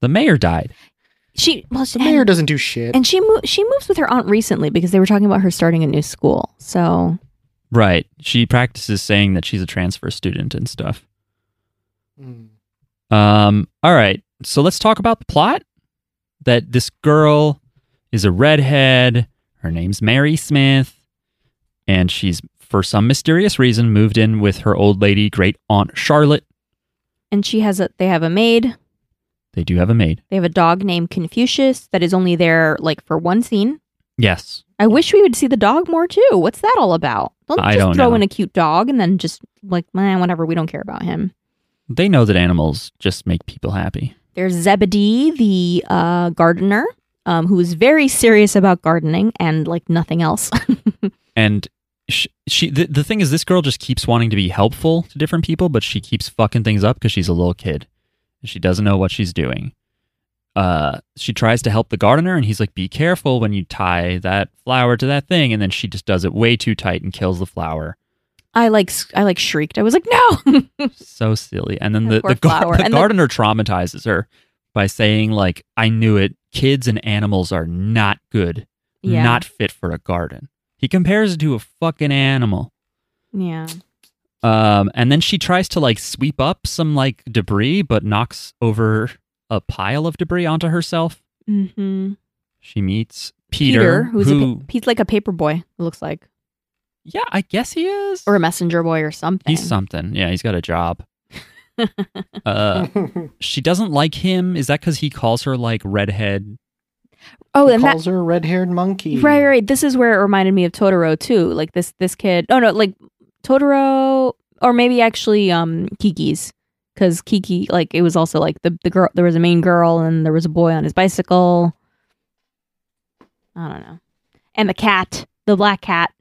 The mayor died. She well, she, The mayor and, doesn't do shit. and she mo- she moves with her aunt recently because they were talking about her starting a new school. So Right. She practices saying that she's a transfer student and stuff. Mm. Um. All right. So let's talk about the plot. That this girl is a redhead. Her name's Mary Smith, and she's for some mysterious reason moved in with her old lady great aunt Charlotte. and she has a they have a maid. They do have a maid. They have a dog named Confucius that is only there like for one scene. Yes. I wish we would see the dog more too. What's that all about? Don't I just don't throw know. in a cute dog and then just like man, whatever. We don't care about him. They know that animals just make people happy. There's Zebedee, the uh, gardener, um, who is very serious about gardening and like nothing else. And she, she the, the thing is, this girl just keeps wanting to be helpful to different people, but she keeps fucking things up because she's a little kid and she doesn't know what she's doing. Uh, she tries to help the gardener, and he's like, "Be careful when you tie that flower to that thing." And then she just does it way too tight and kills the flower. I like s- I like shrieked. I was like, no. so silly. And then That the poor the, gar- flower. the And the- gardener traumatizes her by saying, "Like I knew it. Kids and animals are not good." yeah. not fit for a garden. He compares it to a fucking animal. yeah. Um, and then she tries to like sweep up some like debris, but knocks over a pile of debris onto herself. Mm-hmm. She meets Peter, who's a, who, pa- he's like a paper boy. It looks like, yeah, I guess he is. or a messenger boy or something. he's something. Yeah, he's got a job. uh, she doesn't like him. Is that because he calls her like redhead? oh, He and that calls her a red-haired monkey. right, right. This is where it reminded me of Totoro too. Like this, this kid. Oh no, like Totoro, or maybe actually um Kiki's, because Kiki, like it was also like the the girl. There was a main girl, and there was a boy on his bicycle. I don't know, and the cat, the black cat,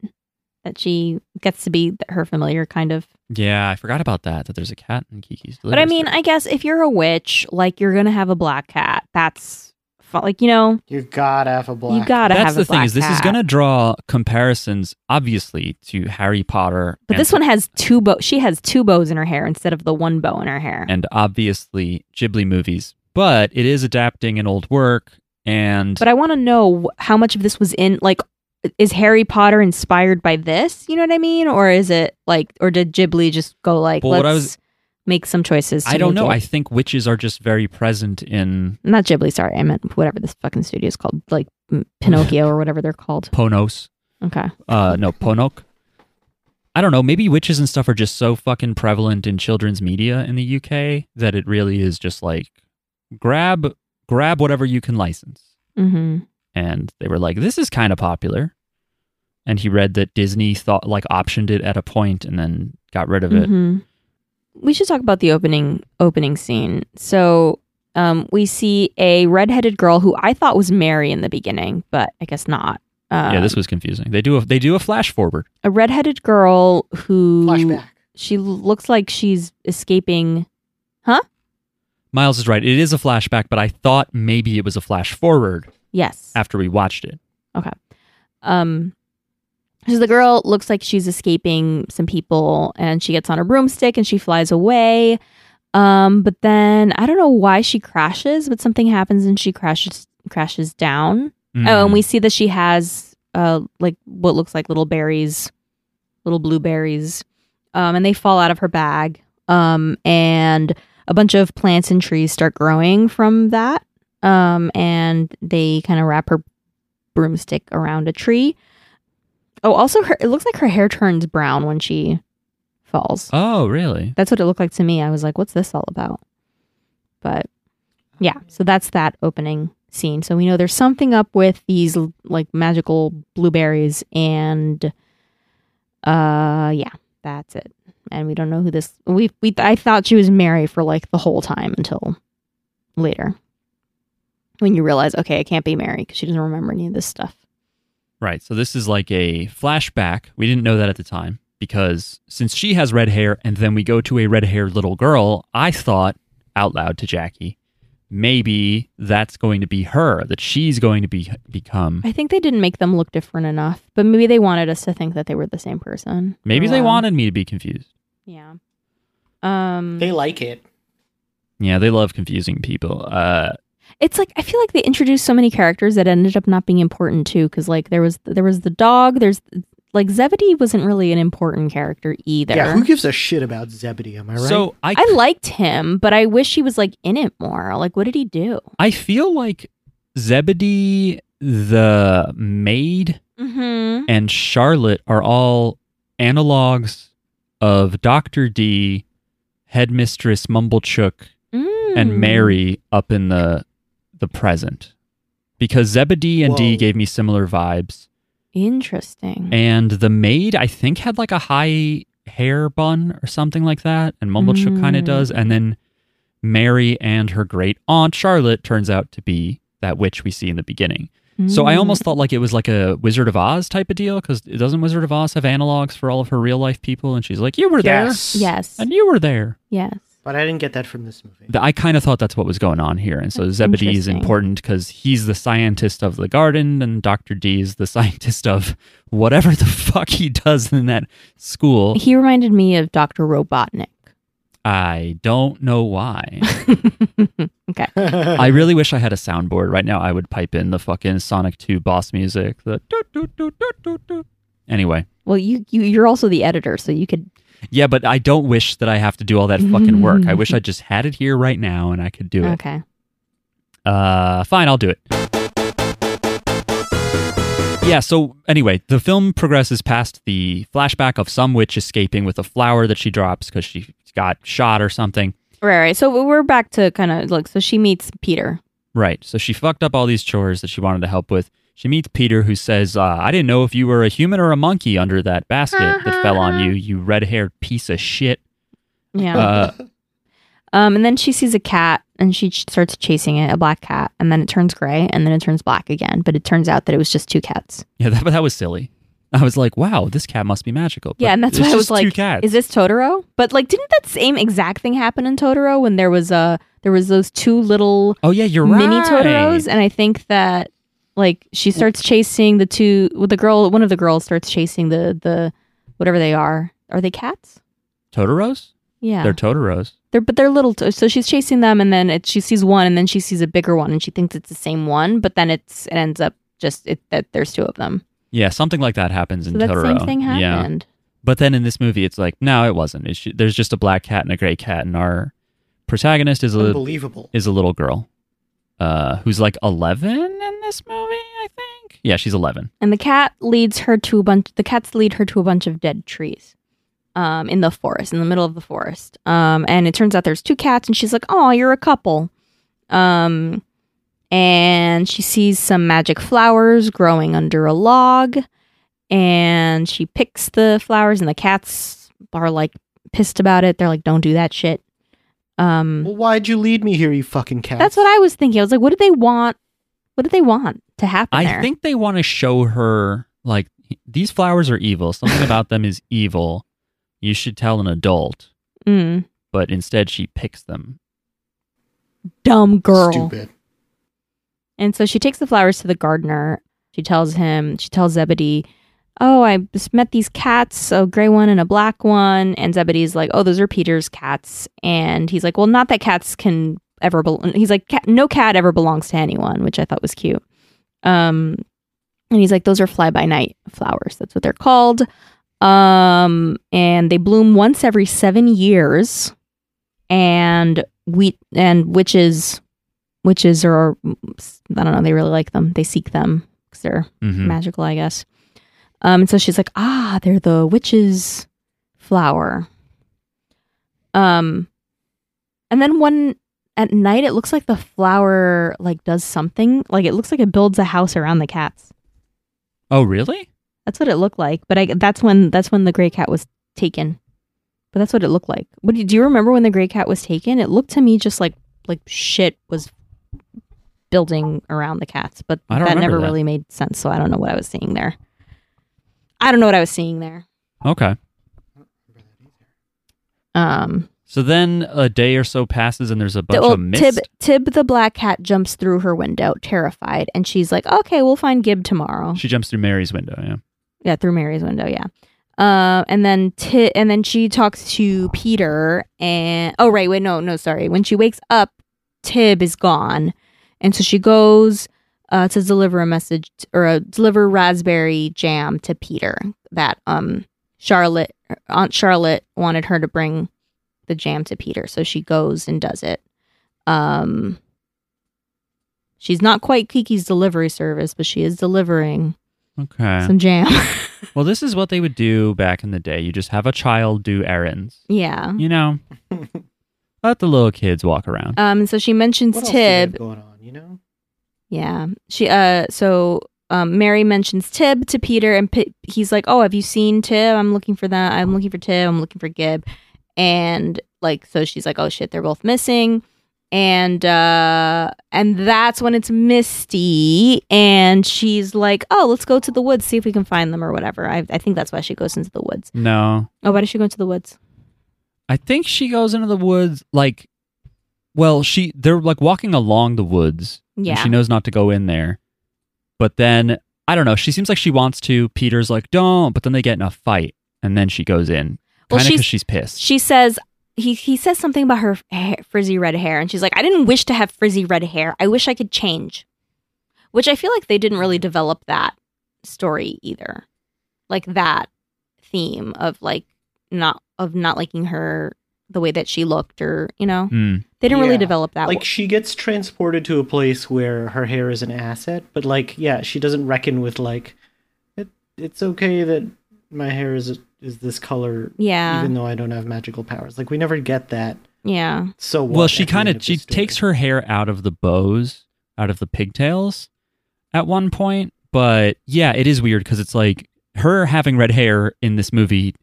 that she gets to be her familiar kind of. Yeah, I forgot about that. That there's a cat in Kiki's. But I Delivery mean, Service. I guess if you're a witch, like you're gonna have a black cat. That's fu- like you know, You gotta have a black. you gotta that's have the a black thing is this is cat. going to draw comparisons, obviously, to Harry Potter. But and this one has two bow. She has two bows in her hair instead of the one bow in her hair. and obviously Ghibli movies, but it is adapting an old work. And but I want to know wh- how much of this was in like. Is Harry Potter inspired by this? You know what I mean, or is it like, or did Ghibli just go like, Well, what let's I make some choices? To I don't make know. it- I think witches are just very present in not Ghibli. Sorry, I meant whatever this fucking studio is called, like m- Pinocchio or whatever they're called. Ponos. Okay, Uh, no, Ponok. I don't know. Maybe witches and stuff are just so fucking prevalent in children's media in the UK that it really is just like grab grab whatever you can license. mm-hmm. and they were like, "This is kind of popular." And he read that Disney thought like optioned it at a point and then got rid of it. hmm We should talk about the opening opening scene. So um, we see a redheaded girl who I thought was Mary in the beginning, but I guess not. Um, yeah, this was confusing. They do a they do a flash forward. a redheaded girl who flashback. She looks like she's escaping. Miles is right. It is a flashback, but I thought maybe it was a flash forward Yes. after we watched it. Um, So the girl looks like she's escaping some people and she gets on a broomstick and she flies away. Um, but then I don't know why she crashes, but something happens and she crashes crashes down. Mm-hmm. Oh, and we see that she has uh like what looks like little berries, little blueberries. Um, and they fall out of her bag. Um, and a bunch of plants and trees start growing from that. Um, and they kind of wrap her broomstick around a tree. Oh, also her it looks like her hair turns brown when she falls. Oh, really? That's what it looked like to me. I was like, what's this all about? But yeah, so that's that opening scene. So we know there's something up with these l- like magical blueberries and uh yeah, that's it. And we don't know who this we we I thought she was Mary for like the whole time until later. When you realize, okay, I can't be Mary because she doesn't remember any of this stuff. Right. So this is like a flashback. We didn't know that at the time because since she has red hair and then we go to a red haired little girl, I thought out loud to Jackie, maybe that's going to be her, that she's going to be become. I think they didn't make them look different enough, but maybe they wanted us to think that they were the same person. for Maybe a they while. wanted me to be confused. Yeah. Um They like it. Yeah, they love confusing people. Uh, it's like I feel like they introduced so many characters that ended up not being important too cuz like there was there was the dog, there's like Zebedee wasn't really an important character either. Yeah, who gives a shit about Zebedee? Am I right? So I, I liked him, but I wish he was like in it more. Like what did he do? I feel like Zebedee, the maid, Mhm. and Charlotte are all analogs of Dr. D, Headmistress Mumblechook, Mm. Hmm. and Mary up in the the present. Because Zebedee and D Whoa. gave me similar vibes. Interesting. And the maid, I think, had like a high hair bun or something like that. And Mumblechook kind of Mm. does. And then Mary and her great aunt Charlotte turns out to be that witch we see in the beginning. So I Mm. almost thought like it was like a Wizard of Oz type of deal because doesn't Wizard of Oz have analogs for all of her real life people? And she's like, you were yes. Yes. there, and you were there. Yes. But I didn't get that from this movie. Th- I kind of thought that's what was going on here, and so Zebedee is Hmm, Interesting. important because he's the scientist of the garden, and Doctor D is the scientist of whatever the fuck he does in that school. He reminded me of Dr. Robotnik. I don't know why. okay. I really wish I had a soundboard right now. I would pipe in the fucking Sonic Two boss music. The doo doo doo doo doo doo. Anyway. Well, you, you you're also the editor, so you could Yeah, but I don't wish that I have to do all that fucking work. Hmm. I wish I just had it here right now and I could do it. okay. Uh, fine, I'll do it. Yeah, so anyway, the film progresses past the flashback of some witch escaping with a flower that she drops because she got shot or something. Right, right. So we're back to kind of like so she meets Peter. Right, so she fucked up all these chores that she wanted to help with. She meets Peter, who says, uh, I didn't know if you were a human or a monkey under that basket that fell on you, you red haired piece of shit. Yeah. Uh, um, and then she sees a cat and she ch- starts chasing it, a black cat, and then it turns gray and then it turns black again. But it turns out that it was just two cats. Yeah, that, that was silly. I was like, wow, this cat must be magical. But yeah, and that's it's why I was just two like, cats. "Is this Totoro?" But like, didn't that same exact thing happen in Totoro when there was a there was those two little oh, yeah, you're mini right. Totoros, and I think that like she starts chasing the two. Well, the girl, one of the girls starts chasing the the whatever they are. Are they cats? Totoros? Yeah, They're Totoros. They're but they're little. T- so she's chasing them, and then it, she sees one, and then she sees a bigger one, and she thinks it's the same one. But then it's it ends up just it, that there's two of them. Yeah, something like that happens So in that Totoro. same thing Yeah. happened. But then in this movie, it's like, no, it wasn't. It's, ju- there's just a black cat and a gray cat, and our protagonist is a, Unbelievable. is a little girl uh, who's like 11 in this movie, I think. Yeah, she's 11. And the cat leads her to a bunch. The cats lead her to a bunch of dead trees, um, in the forest, in the middle of the forest. Um, and it turns out there's two cats, and she's like, "Oh, you're a couple." Um, and she sees some magic flowers growing under a log, and she picks the flowers, and the cats are like pissed about it. They're like, "Don't do that shit." Um, Well, why'd you lead me here, you fucking cat? that's what I was thinking. I was like, "What do they want? What do they want to happen?" I there? think they want to show her like these flowers are evil. Something about them is evil. You should tell an adult. Mm, But instead, she picks them dumb girl. Stupid. And so she takes the flowers to the gardener. She tells him, she tells Zebedee oh, I just met these cats, a gray one and a black one. And Zebedee's like, oh, those are Peter's cats. And he's like, well, not that cats can ever belong. He's like, cat- no cat ever belongs to anyone, which I thought was cute. Um, and he's like, those are fly by night flowers. That's what they're called. Um, and they bloom once every seven years. And wheat and witches, witches are, I don't know, they really like them. They seek them because they're Mm-hmm. magical, I guess. Um, and so she's like, ah, they're the witch's flower. Um, and then one at night, it looks like the flower like does something. Like it looks like it builds a house around the cats. Oh, really? That's what it looked like. But I that's when that's when the gray cat was taken. But that's what it looked like. What do you, do you remember when the gray cat was taken? It looked to me just like like shit was building around the cats, but I don't that remember never that. really made sense. So I don't know what I was seeing there. I don't know what I was seeing there. Okay. Um, So then a day or so passes and there's a bunch the- well, of mist. Tib Tib the black cat jumps through her window, terrified, and she's like, "Okay, we'll find Gib tomorrow." She jumps through Mary's window. Yeah. Yeah, through Mary's window. Yeah. Uh, and then ti and then she talks to Peter and oh right wait no no sorry when she wakes up Tib is gone and so she goes uh, to deliver a message t- or uh, deliver raspberry jam to Peter that um Charlotte Aunt Charlotte wanted her to bring the jam to Peter so she goes and does it um she's not quite Kiki's delivery service but she is delivering Okay. some jam well, this is what they would do back in the day. You just have a child do errands. yeah You know, let the little kids walk around. Um, so she mentions What else do we have Tib. going on, you know? Yeah, she. Uh, so um, Mary mentions Tib to Peter, and P- he's like, "Oh, have you seen Tib? I'm looking for that. I'm looking for Tib. I'm looking for Gib." And like, so she's like, "Oh shit, they're both missing." And uh, and that's when it's Misty, and she's like, "Oh, let's go to the woods, see if we can find them or whatever." I I think that's why she goes into the woods. no. Oh, why does she go into the woods? I think she goes into the woods like well, she they're like walking along the woods. and Yeah. She knows not to go in there. But then I don't know, she seems like she wants to. Peter's like, "Don't." But then they get in a fight and then she goes in. Well, Kind of she's- cuz she's pissed. she says he he says something about her hair, frizzy red hair and she's like i didn't wish to have frizzy red hair i wish i could change which i feel like they didn't really develop that story either like that theme of like not of not liking her the way that she looked or you know Hmm. they didn't really Yeah. develop that Like she gets transported to a place where her hair is an asset, but like yeah, she doesn't reckon with like it, it's okay that my hair is is this color yeah even though I don't have magical powers. Like we never get that. yeah So what Well, she at the end kind of this she story? takes her hair out of the bows, out of the pigtails at one point, but yeah, it is weird cuz it's like her having red hair in this movie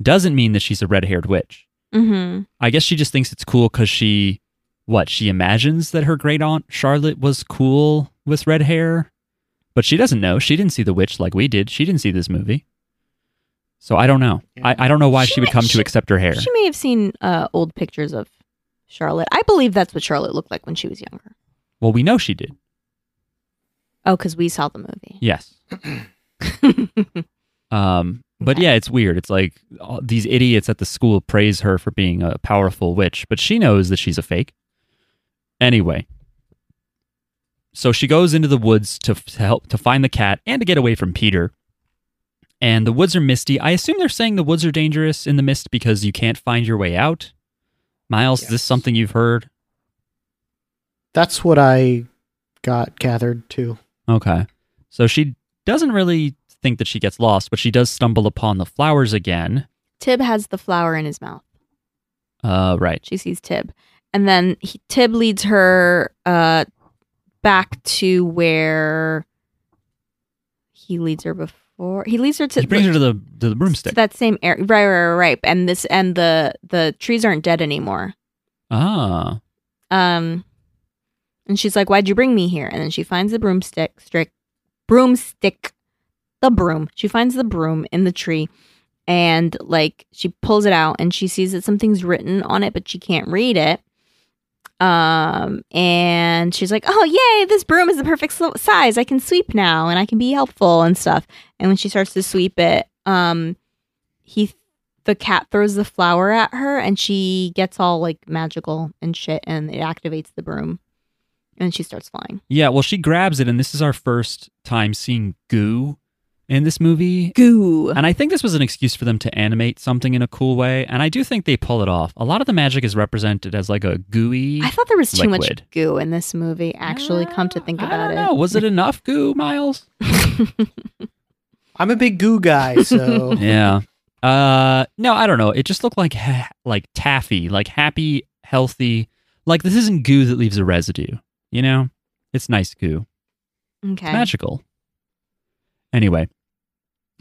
doesn't mean that she's a red-haired witch. mm-hmm I guess she just thinks it's cool because she, what, she imagines that her great aunt Charlotte was cool with red hair, but she doesn't know. She didn't see The Witch like we did. She didn't see this movie. So I don't know. I, I don't know why she, She would may- come to she- accept her hair. she may have seen uh old pictures of charlotte i believe that's what charlotte looked like when she was younger well, we know she did. oh because we saw the movie Yes. Um, but Okay. yeah, it's weird. It's like all these idiots at the school praise her for being a powerful witch, but she knows that she's a fake. Anyway, so she goes into the woods to, f- to help to find the cat and to get away from Peter. And the woods are misty. I assume they're saying the woods are dangerous in the mist because you can't find your way out. Miles, is this Yes. something you've heard? That's what I got gathered to. Okay. So she doesn't really think that she gets lost, but she does stumble upon the flowers again. tib has the flower in his mouth Uh, right. She sees Tib, and then he, Tib leads her uh back to where he leads her before. He leads her to He brings her to the to the broomstick. to that same area. Right, right, right, right. And this and the the trees aren't dead anymore. Ah, Um, and she's like, "Why'd you bring me here?" And then she finds the broomstick, strick, broomstick, the broom. She finds the broom in the tree, and like she pulls it out, and she sees that something's written on it, but she can't read it. Um, and she's like, "Oh, yay! This broom is the perfect sl- size. I can sweep now, and I can be helpful and stuff." And when she starts to sweep it, um, he, the cat throws the flower at her, and she gets all like magical and shit, and it activates the broom, and she starts flying. Yeah, well, she grabs it, and this is our first time seeing goo in this movie. Goo. And I think this was an excuse for them to animate something in a cool way. And I do think they pull it off. A lot of the magic is represented as like a gooey. I thought there was too Liquid. Ah, much goo in this movie. Actually, come to think I about don't it, know. Was it enough goo, Miles? I'm a big goo guy, so yeah. Uh, no, I don't know. It just looked like ha- like taffy, like happy, healthy. Like this isn't goo that leaves a residue. You know, it's nice goo. okay. It's magical. Anyway,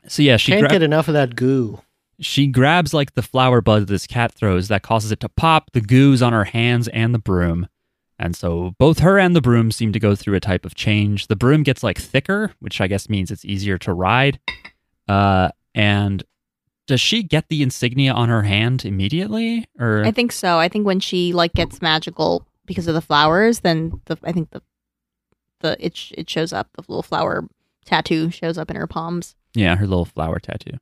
so yeah, she can't gra- get enough of that goo. she grabs like the flower bud this cat throws that causes it to pop. The goo's on her hands and the broom. And so both her and the broom seem to go through a type of change. The broom gets like thicker, which I guess means it's easier to ride. Uh, and does she get the insignia on her hand immediately? Or I think so. I think when she like gets magical because of the flowers, then the I think the the it sh- it shows up. The little flower tattoo shows up in her palms. yeah, her little flower tattoo.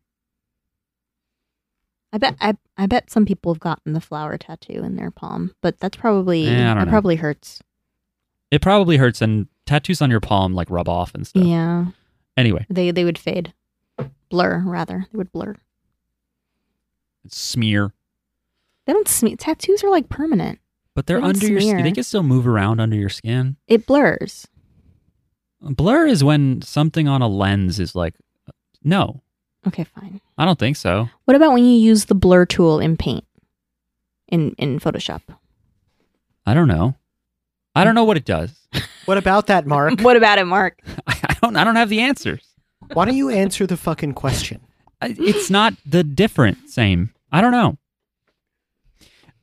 I bet I I bet some people have gotten the flower tattoo in their palm, but that's probably Yeah, I don't that know. probably hurts. It probably hurts, and tattoos on your palm like rub off and stuff. Yeah, Anyway, they they would fade, blur rather. They would blur. smear. They don't smear. Tattoos are like permanent. But they're They don't under your. smear. They can still move around under your skin. It blurs. Blur is when something on a lens is like, uh, no, Okay, fine. I don't think so. What about when you use the blur tool in paint, in in Photoshop? I don't know. I don't know what it does. What about that, Mark? What about it, Mark? I don't. I don't have the answers. Why don't you answer the fucking question? I- It's not the different same. I don't know.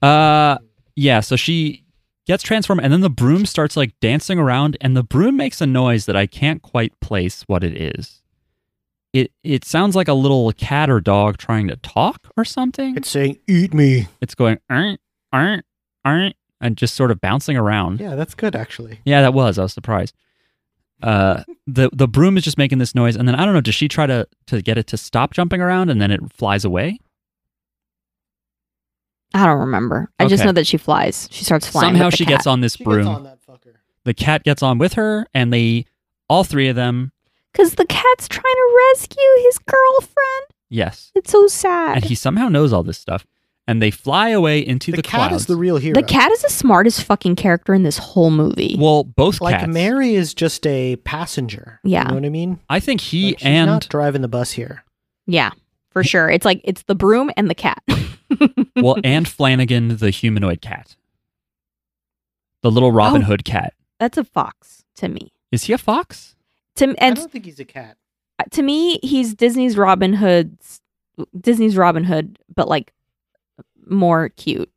Uh, yeah. So she gets transformed, and then the broom starts like dancing around, and the broom makes a noise that I can't quite place what it is. It it sounds like a little cat or dog trying to talk or something. It's saying, "Eat me." It's going aren't aren't aren't and just sort of bouncing around. Yeah. Yeah, that's good actually. that was. I was surprised. Uh, the the broom is just making this noise, and then I don't know. Does she try to to get it to stop jumping around, and then it flies away? I don't remember. I just Okay. know that she flies. She starts flying. Somehow with the she cat. gets on this She broom. gets on that fucker. The cat gets on with her, and they all three of them. because the cat's trying to rescue his girlfriend. Yes, It's so sad. and he somehow knows all this stuff, and they fly away into The, the, cat clouds. is the real hero. the cat is the smartest fucking character in this whole movie. well, both like cats. Mary is just a passenger. Yeah. you know what I mean. I think he Like, she's and not driving the bus here. yeah, for sure. It's like it's the broom and the cat. well, and Flanagan, the humanoid cat, the little Robin Oh. Hood cat. That's a fox to me. Is he a fox? To m- and I don't think he's a cat. to me, he's Disney's Robin Hood's Disney's Robin Hood, but like more cute.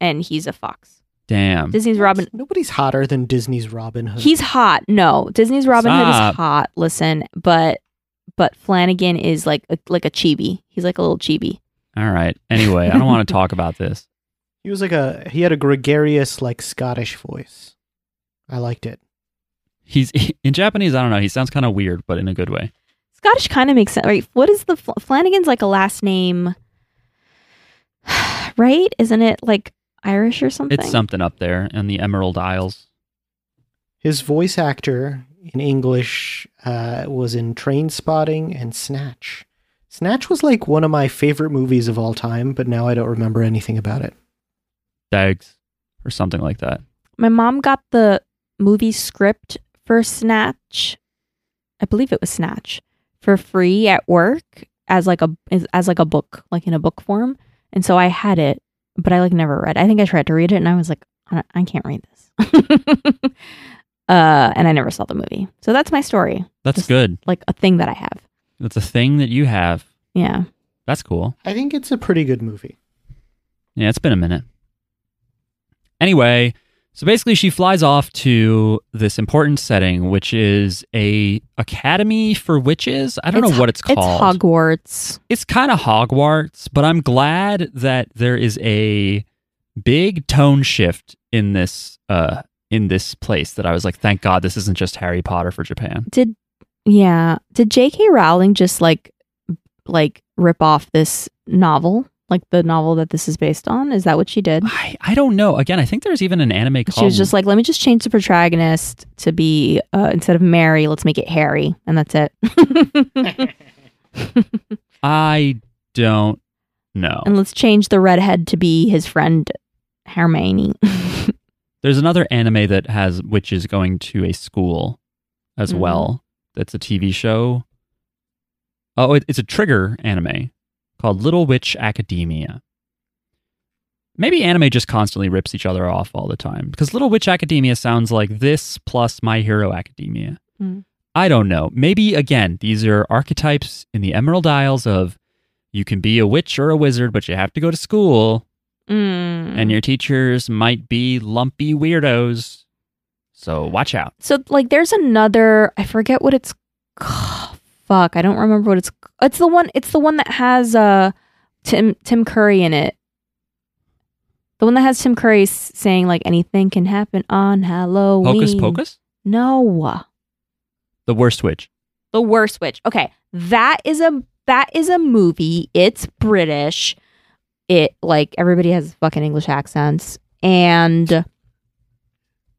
And he's a fox. Damn. Disney's Robin. Nobody's hotter than Disney's Robin Hood. He's hot. No, Disney's Robin Hood Stop. is hot. Listen, but but Flanagan is like a, like a chibi. He's like a little chibi. All right. Anyway, I don't want to talk about this. he was like a he had a gregarious like Scottish voice. I liked it. He's in Japanese. I don't know. He sounds kind of weird, but in a good way. Scottish kind of makes sense, right? What is the Fl- Flanagan's like a last name, right? Isn't it like Irish or something? It's something up there in the Emerald Isles. His voice actor in English uh, was in Train Spotting and Snatch. Snatch was like one of my favorite movies of all time, but now I don't remember anything about it. Dags or something like that. My mom got the movie script for Snatch. I believe it was Snatch for free at work as like a as, as like a book, like in a book form. And so I had it, but I like never read. I think I tried to read it, and I was like, I, don't- I can't read this. uh, and I never saw the movie. So that's my story, That's Just- good. like a thing that I have. That's a thing that you have. Yeah. That's cool. I think it's a pretty good movie. Yeah, it's been a minute. Anyway, so basically she flies off to this important setting, which is a academy for witches. I don't know what it's called. It's Hogwarts. it's kind of Hogwarts, but I'm glad that there is a big tone shift in this uh in this place that I was like, thank God this isn't just Harry Potter for Japan. Did yeah, did J.K. Rowling just like like rip off this novel? Like the novel that this is based on? Is that what she did? I, I don't know. Again, I think there's even an anime She called was just like, let me just change the protagonist to be uh, instead of Mary, let's make it Harry, and that's it. I don't know. and let's change the redhead to be his friend Hermione. There's another anime that has witches going to a school as Mhm. well. That's a TV show. Oh, it, it's a trigger anime called Little Witch Academia. Maybe anime just constantly rips each other off all the time because Little Witch Academia sounds like this plus My Hero Academia. Mm. I don't know. Maybe again, these are archetypes in the Emerald Isles of you can be a witch or a wizard, but you have to go to school Mm. and your teachers might be lumpy weirdos. So watch out. so like there's another I forget what it's ca- fuck, I don't remember what it's it's the one it's the one that has uh Tim Tim Curry in it. The one that has Tim Curry s- saying like anything can happen on Halloween. Hocus Pocus? No. The worst witch. The Worst Witch. Okay, that is a that is a movie. It's British. It like everybody has fucking English accents and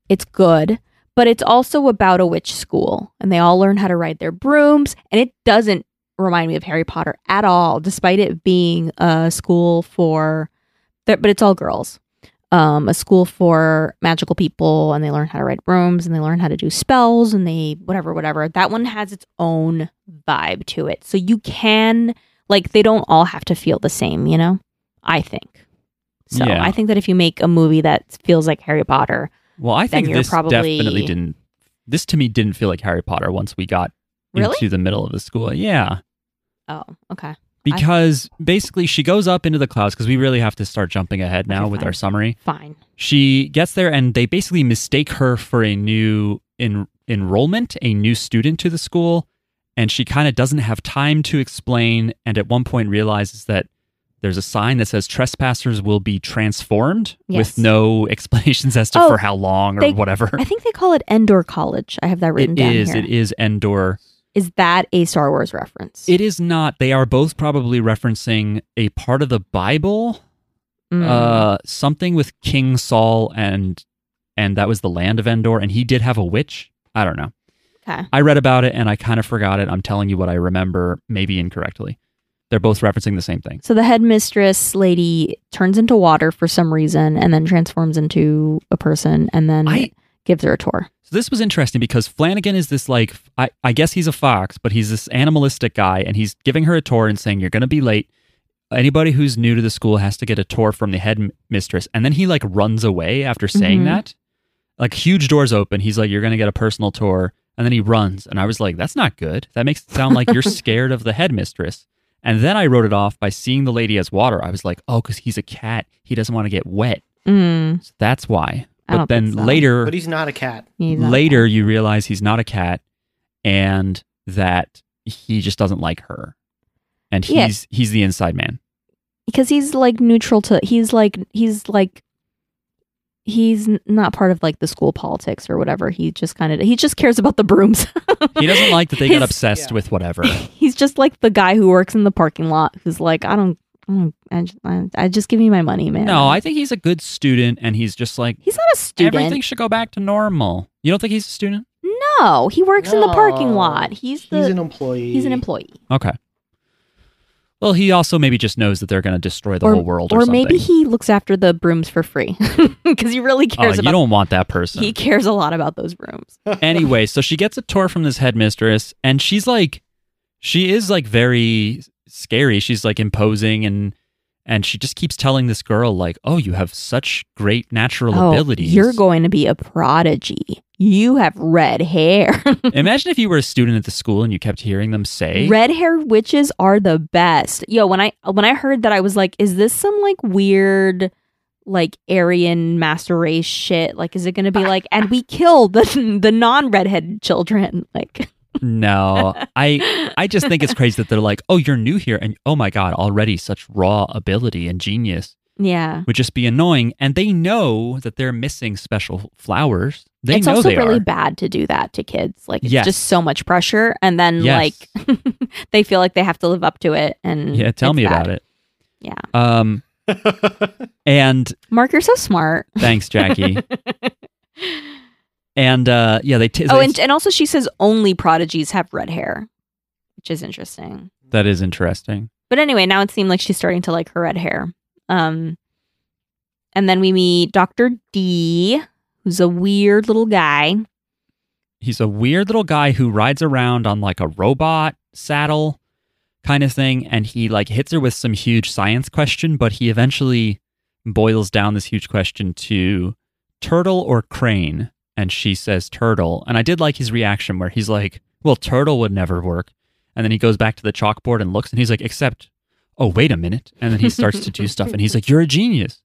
it's good, but it's also about a witch school and they all learn how to ride their brooms and it doesn't remind me of Harry Potter at all despite it being a school for but it's all girls. Um, a school for magical people and they learn how to ride brooms and they learn how to do spells and they whatever whatever that one has its own vibe to it so you can like they don't all have to feel the same you know i think so Yeah. i think that if you make a movie that feels like harry potter Well, I Then think you're this probably- definitely didn't. This to me didn't feel like Harry Potter once we got Really? into the middle of the school. Yeah. oh okay Because basically she goes up into the clouds because we really have to start jumping ahead now Okay, with fine. our summary. fine She gets there and they basically mistake her for a new en- enrollment, a new student to the school, and she kind of doesn't have time to explain and at one point realizes that there's a sign that says trespassers will be transformed Yes. with no explanations as to Oh, for how long or they- whatever. i think they call it endor college i have that written It down is. here It is Endor. is that a star wars reference It is not. They are both probably referencing a part of the Bible, Mm. uh, something with King Saul and and that was the land of Endor, and he did have a witch. I don't know. okay I read about it and I kind of forgot it. I'm telling you what I remember, maybe incorrectly. They're both referencing the same thing. So the headmistress lady turns into water for some reason and then transforms into a person and then I- gives her a tour. So this was interesting because Flanagan is this like I, I guess he's a fox, but he's this animalistic guy and he's giving her a tour and saying you're going to be late. Anybody who's new to the school has to get a tour from the headmistress. And then he like runs away after saying Mhm. that. Like huge doors open. He's like you're going to get a personal tour and then he runs. And I was like that's not good. That makes it sound like you're scared of the headmistress. And then I wrote it off by seeing the lady as water. I was like, "Oh, cuz he's a cat. He doesn't want to get wet." Mm, So that's why. I But don't then think so. later But he's not a cat. he's not- later you realize he's not a cat and that he just doesn't like her and Yeah. he's he's the inside man because he's like neutral to he's like he's like he's n- not part of like the school politics or whatever. He just kind of he just cares about the brooms. he doesn't like that they His- got obsessed Yeah. with whatever he's just like the guy who works in the parking lot who's like I don't I don't I just, I, I just give me my money, man. no i think he's a good student and he's just like he's not a student. everything should go back to normal you don't think he's a student no, he works in the parking No, lot. He's the he's an employee. he's an employee. okay well he also maybe just knows that they're going to destroy the whole world or, or something maybe he looks after the brooms for free because he really oh, cares you about. don't want that person He cares a lot about those brooms. anyway, so she gets a tour from this headmistress, and she's like, she is like very scary. She's like imposing, and and she just keeps telling this girl like, "Oh, you have such great natural abilities. Oh, you're going to be a prodigy. You have red hair. Imagine if you were a student at the school and you kept hearing them say, red hair witches are the best. Yo, when I when I heard that, I was like, is this some like weird? Like Aryan master race shit. Like, is it going to be like, and we killed the the non redheaded children? Like, "No, I." I just think it's crazy that they're like, "Oh, you're new here, and oh my god, already such raw ability and genius." Yeah. would just be annoying. And they know that they're missing special flowers. They it's know also they really are. bad to do that to kids. Like it's Yes. just so much pressure and then Yes. like they feel like they have to live up to it and yeah, tell me about it. Mm-hmm. Yeah. Um, and Mark, you're so smart. thanks, Jackie. and uh, yeah, they. T- oh, and, and also she says only prodigies have red hair, which is interesting. that is interesting. But anyway, now it seemed like she's starting to like her red hair. Um, and then we meet Dr. D, who's a weird little guy. He's a weird little guy who rides around on like a robot saddle kind of thing, and he like hits her with some huge science question, but he eventually boils down this huge question to turtle or crane, and she says turtle. And I did like his reaction where he's like, "Well, turtle would never work," and then he goes back to the chalkboard and looks, and he's like, "Except, oh wait a minute," and then he starts to do stuff, and he's like, "You're a genius."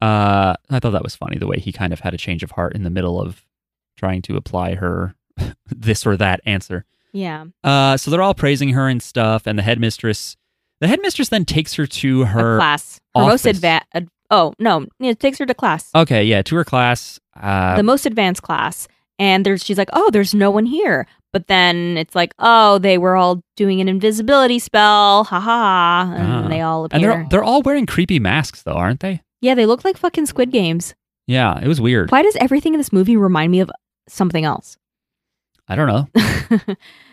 Uh, I thought that was funny the way he kind of had a change of heart in the middle of trying to apply her this or that answer. Yeah. Uh, so they're all praising her and stuff, and the headmistress. The headmistress then takes her to a her. class. Her most office. Oh, advanced. oh, no. It takes her to class. Okay, yeah, to her class. Uh, the most advanced class. And there's she's like, "Oh, there's no one here." But then it's like, "Oh, they were all doing an invisibility spell." Ha ha. ha. And Ah. they all and appear. they're they're all wearing creepy masks though, aren't they? yeah, they look like fucking Squid Games. Yeah, it was weird. Why does everything in this movie remind me of something else? I don't know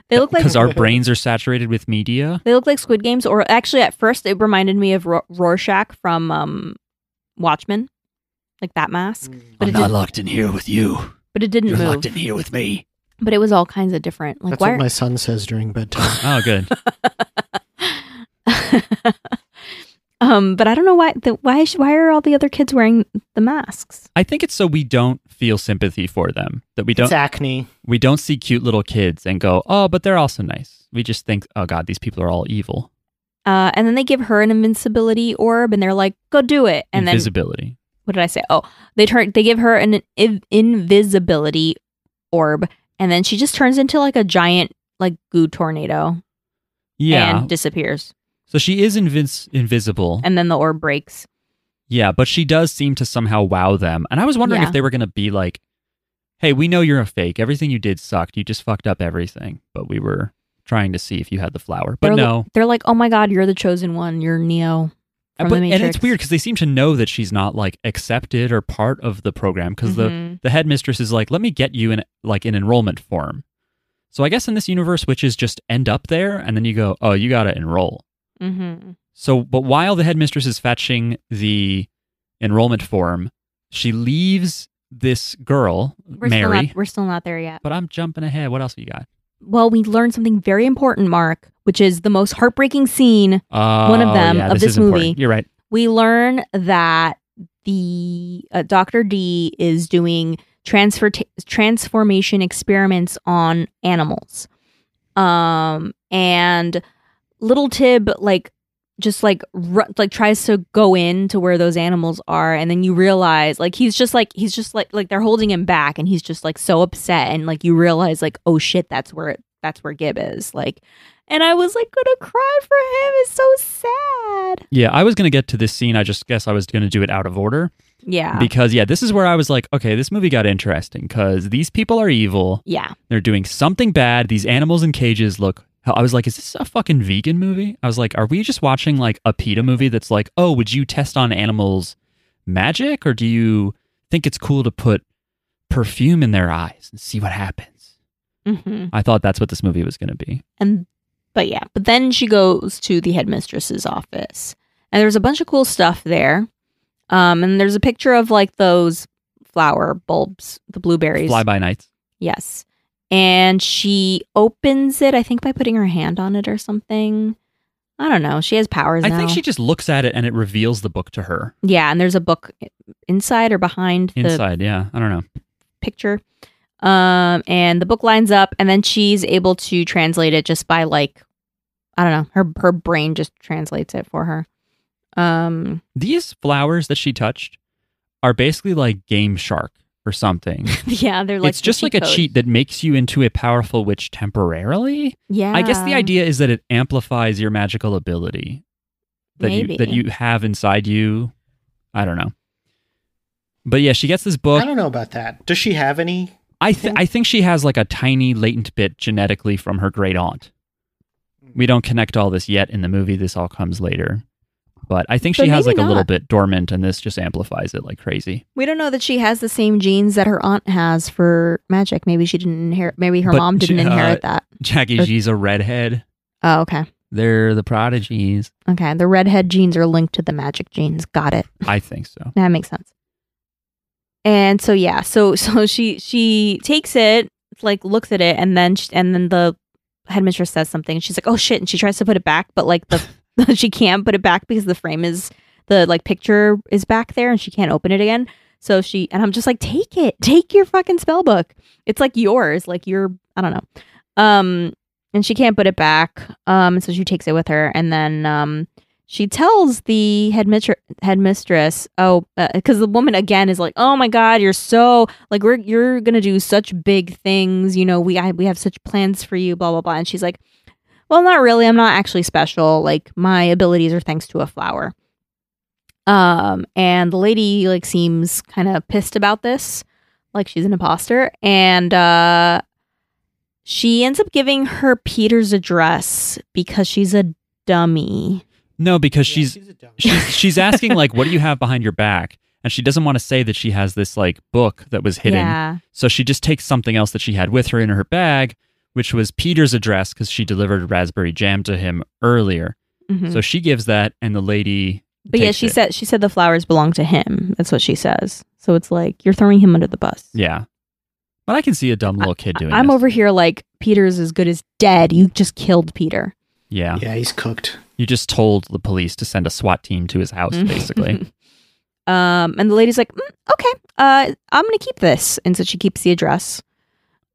they look like because our brains are saturated with media. they look like Squid Games or actually at first it reminded me of Ro- Rorschach from um Watchmen. Like that mask, but I'm it not did, locked in here with you. but it didn't You're move. locked in here with me. But it was all kinds of different. Like That's why what are- my son says during bedtime. Oh, good. um, but I don't know why. The, why? sh- Why are all the other kids wearing the masks? I think it's so we don't feel sympathy for them that we don't it's acne. we don't see cute little kids and go oh but they're also nice. We just think oh god these people are all evil. Uh, and then they give her an invincibility orb, and they're like, "Go do it." And then Invisibility. what did I say? Oh, they turn. They give her an inv- invisibility orb, and then she just turns into like a giant like goo tornado yeah, and disappears. So she is invis- invisible. And then the orb breaks. yeah, but she does seem to somehow wow them. And I was wondering Yeah. if they were going to be like, hey, we know you're a fake. Everything you did sucked. You just fucked up everything. But we were trying to see if you had the flower. But They're li- no. They're like, "Oh my god, you're the chosen one. You're Neo." From But, the and it's Matrix. weird because they seem to know that she's not like accepted or part of the program because the Mhm. Mm-hmm. the headmistress is like, let me get you in like an enrollment form. So I guess in this universe, which is just end up there and then you go, oh, you got to enroll. Mhm. So, but while the headmistress is fetching the enrollment form, she leaves this girl, We're still Mary. not, we're still not there yet. but I'm jumping ahead. What else have you got? well, we learned something very important, Mark, which is the most heartbreaking scene. Uh, of them, of this movie. You're right. We learn that the uh, Dr. D is doing transfer transformation experiments on animals. Um and little Tib like just like ru- like tries to go in to where those animals are and then you realize like he's just like he's just like like they're holding him back and he's just like so upset and like you realize like oh shit that's where it, that's where Gib is like and I was like gonna cry for him it's so sad Yeah, I was going to get to this scene. I just guess I was going to do it out of order yeah because, yeah, this is where I was like, okay, this movie got interesting because these people are evil. yeah They're doing something bad. These animals in cages look. I was like, is this a fucking vegan movie? I was like, are we just watching like a PETA movie that's like, oh, would you test on animals magic or do you think it's cool to put perfume in their eyes and see what happens? hmm I thought that's what this movie was going to be. and but yeah but then she goes to the headmistress's office and there's a bunch of cool stuff there um and there's a picture of like those flower bulbs the blueberries Fly by nights. yes and she opens it i think by putting her hand on it or something i don't know she has powers I now. think she just looks at it and it reveals the book to her yeah and there's a book inside or behind the inside. yeah, I don't know. picture. Um, and the book lines up, and then she's able to translate it just by like, I don't know, her her brain just translates it for her. Um, These flowers that she touched are basically like Game Shark or something. yeah, they're like it's just the like a code. cheat that makes you into a powerful witch temporarily. Yeah, I guess the idea is that it amplifies your magical ability that Maybe. you that you have inside you I don't know. But yeah, she gets this I book. don't know about that. Does she have any? I th- I think she has like a tiny latent bit genetically from her great aunt. We don't connect all this yet in the movie. This all comes later. But I think But she has maybe like a little not. bit dormant and this just amplifies it like crazy. We don't know that she has the same genes that her aunt has for magic. Maybe she didn't inherit. Maybe her But mom didn't she- uh, inherit that. Jackie Or- G's a redhead. Oh, okay. They're the prodigies. Okay. The redhead genes are linked to the magic genes. Got it. I think so. That makes sense. And so yeah, so so she she takes it, like looks at it, and then she, and then the headmistress says something. She's like, "Oh shit!" and she tries to put it back, but like the she can't put it back because the frame is the like picture is back there, and she can't open it again. So she and I'm just like, "Take it, take your fucking spell book. It's like yours, like your I don't know." Um, and she can't put it back. Um, so she takes it with her, and then um, she tells the headmitre- headmistress, oh, because the woman again is like, oh my god, you're so like we're you're gonna do such big things, you know, we I, we have such plans for you, blah blah blah, and she's like, well, not really, I'm not actually special, like my abilities are thanks to a flower. Um, and the lady like seems kind of pissed about this, like she's an imposter, and uh, she ends up giving her Peter's address because she's a dummy. No, because she's a dumb. she's she's asking like what do you have behind your back and she doesn't want to say that she has this like book that was hidden Yeah. so she just takes something else that she had with her in her bag which was peter's address because she delivered raspberry jam to him earlier Mhm. so she gives that and the lady but yeah, takes she it. said she said the flowers belong to him. That's what she says. So it's like you're throwing him under the bus. yeah but i can see a dumb little kid doing I'm this. over here like Peter's as good as dead. You just killed Peter. yeah Yeah, he's cooked. you just told the police to send a swat team to his house Mhm. basically Um, and the lady's like, "Mm, okay, uh, I'm gonna keep this, and so she keeps the address.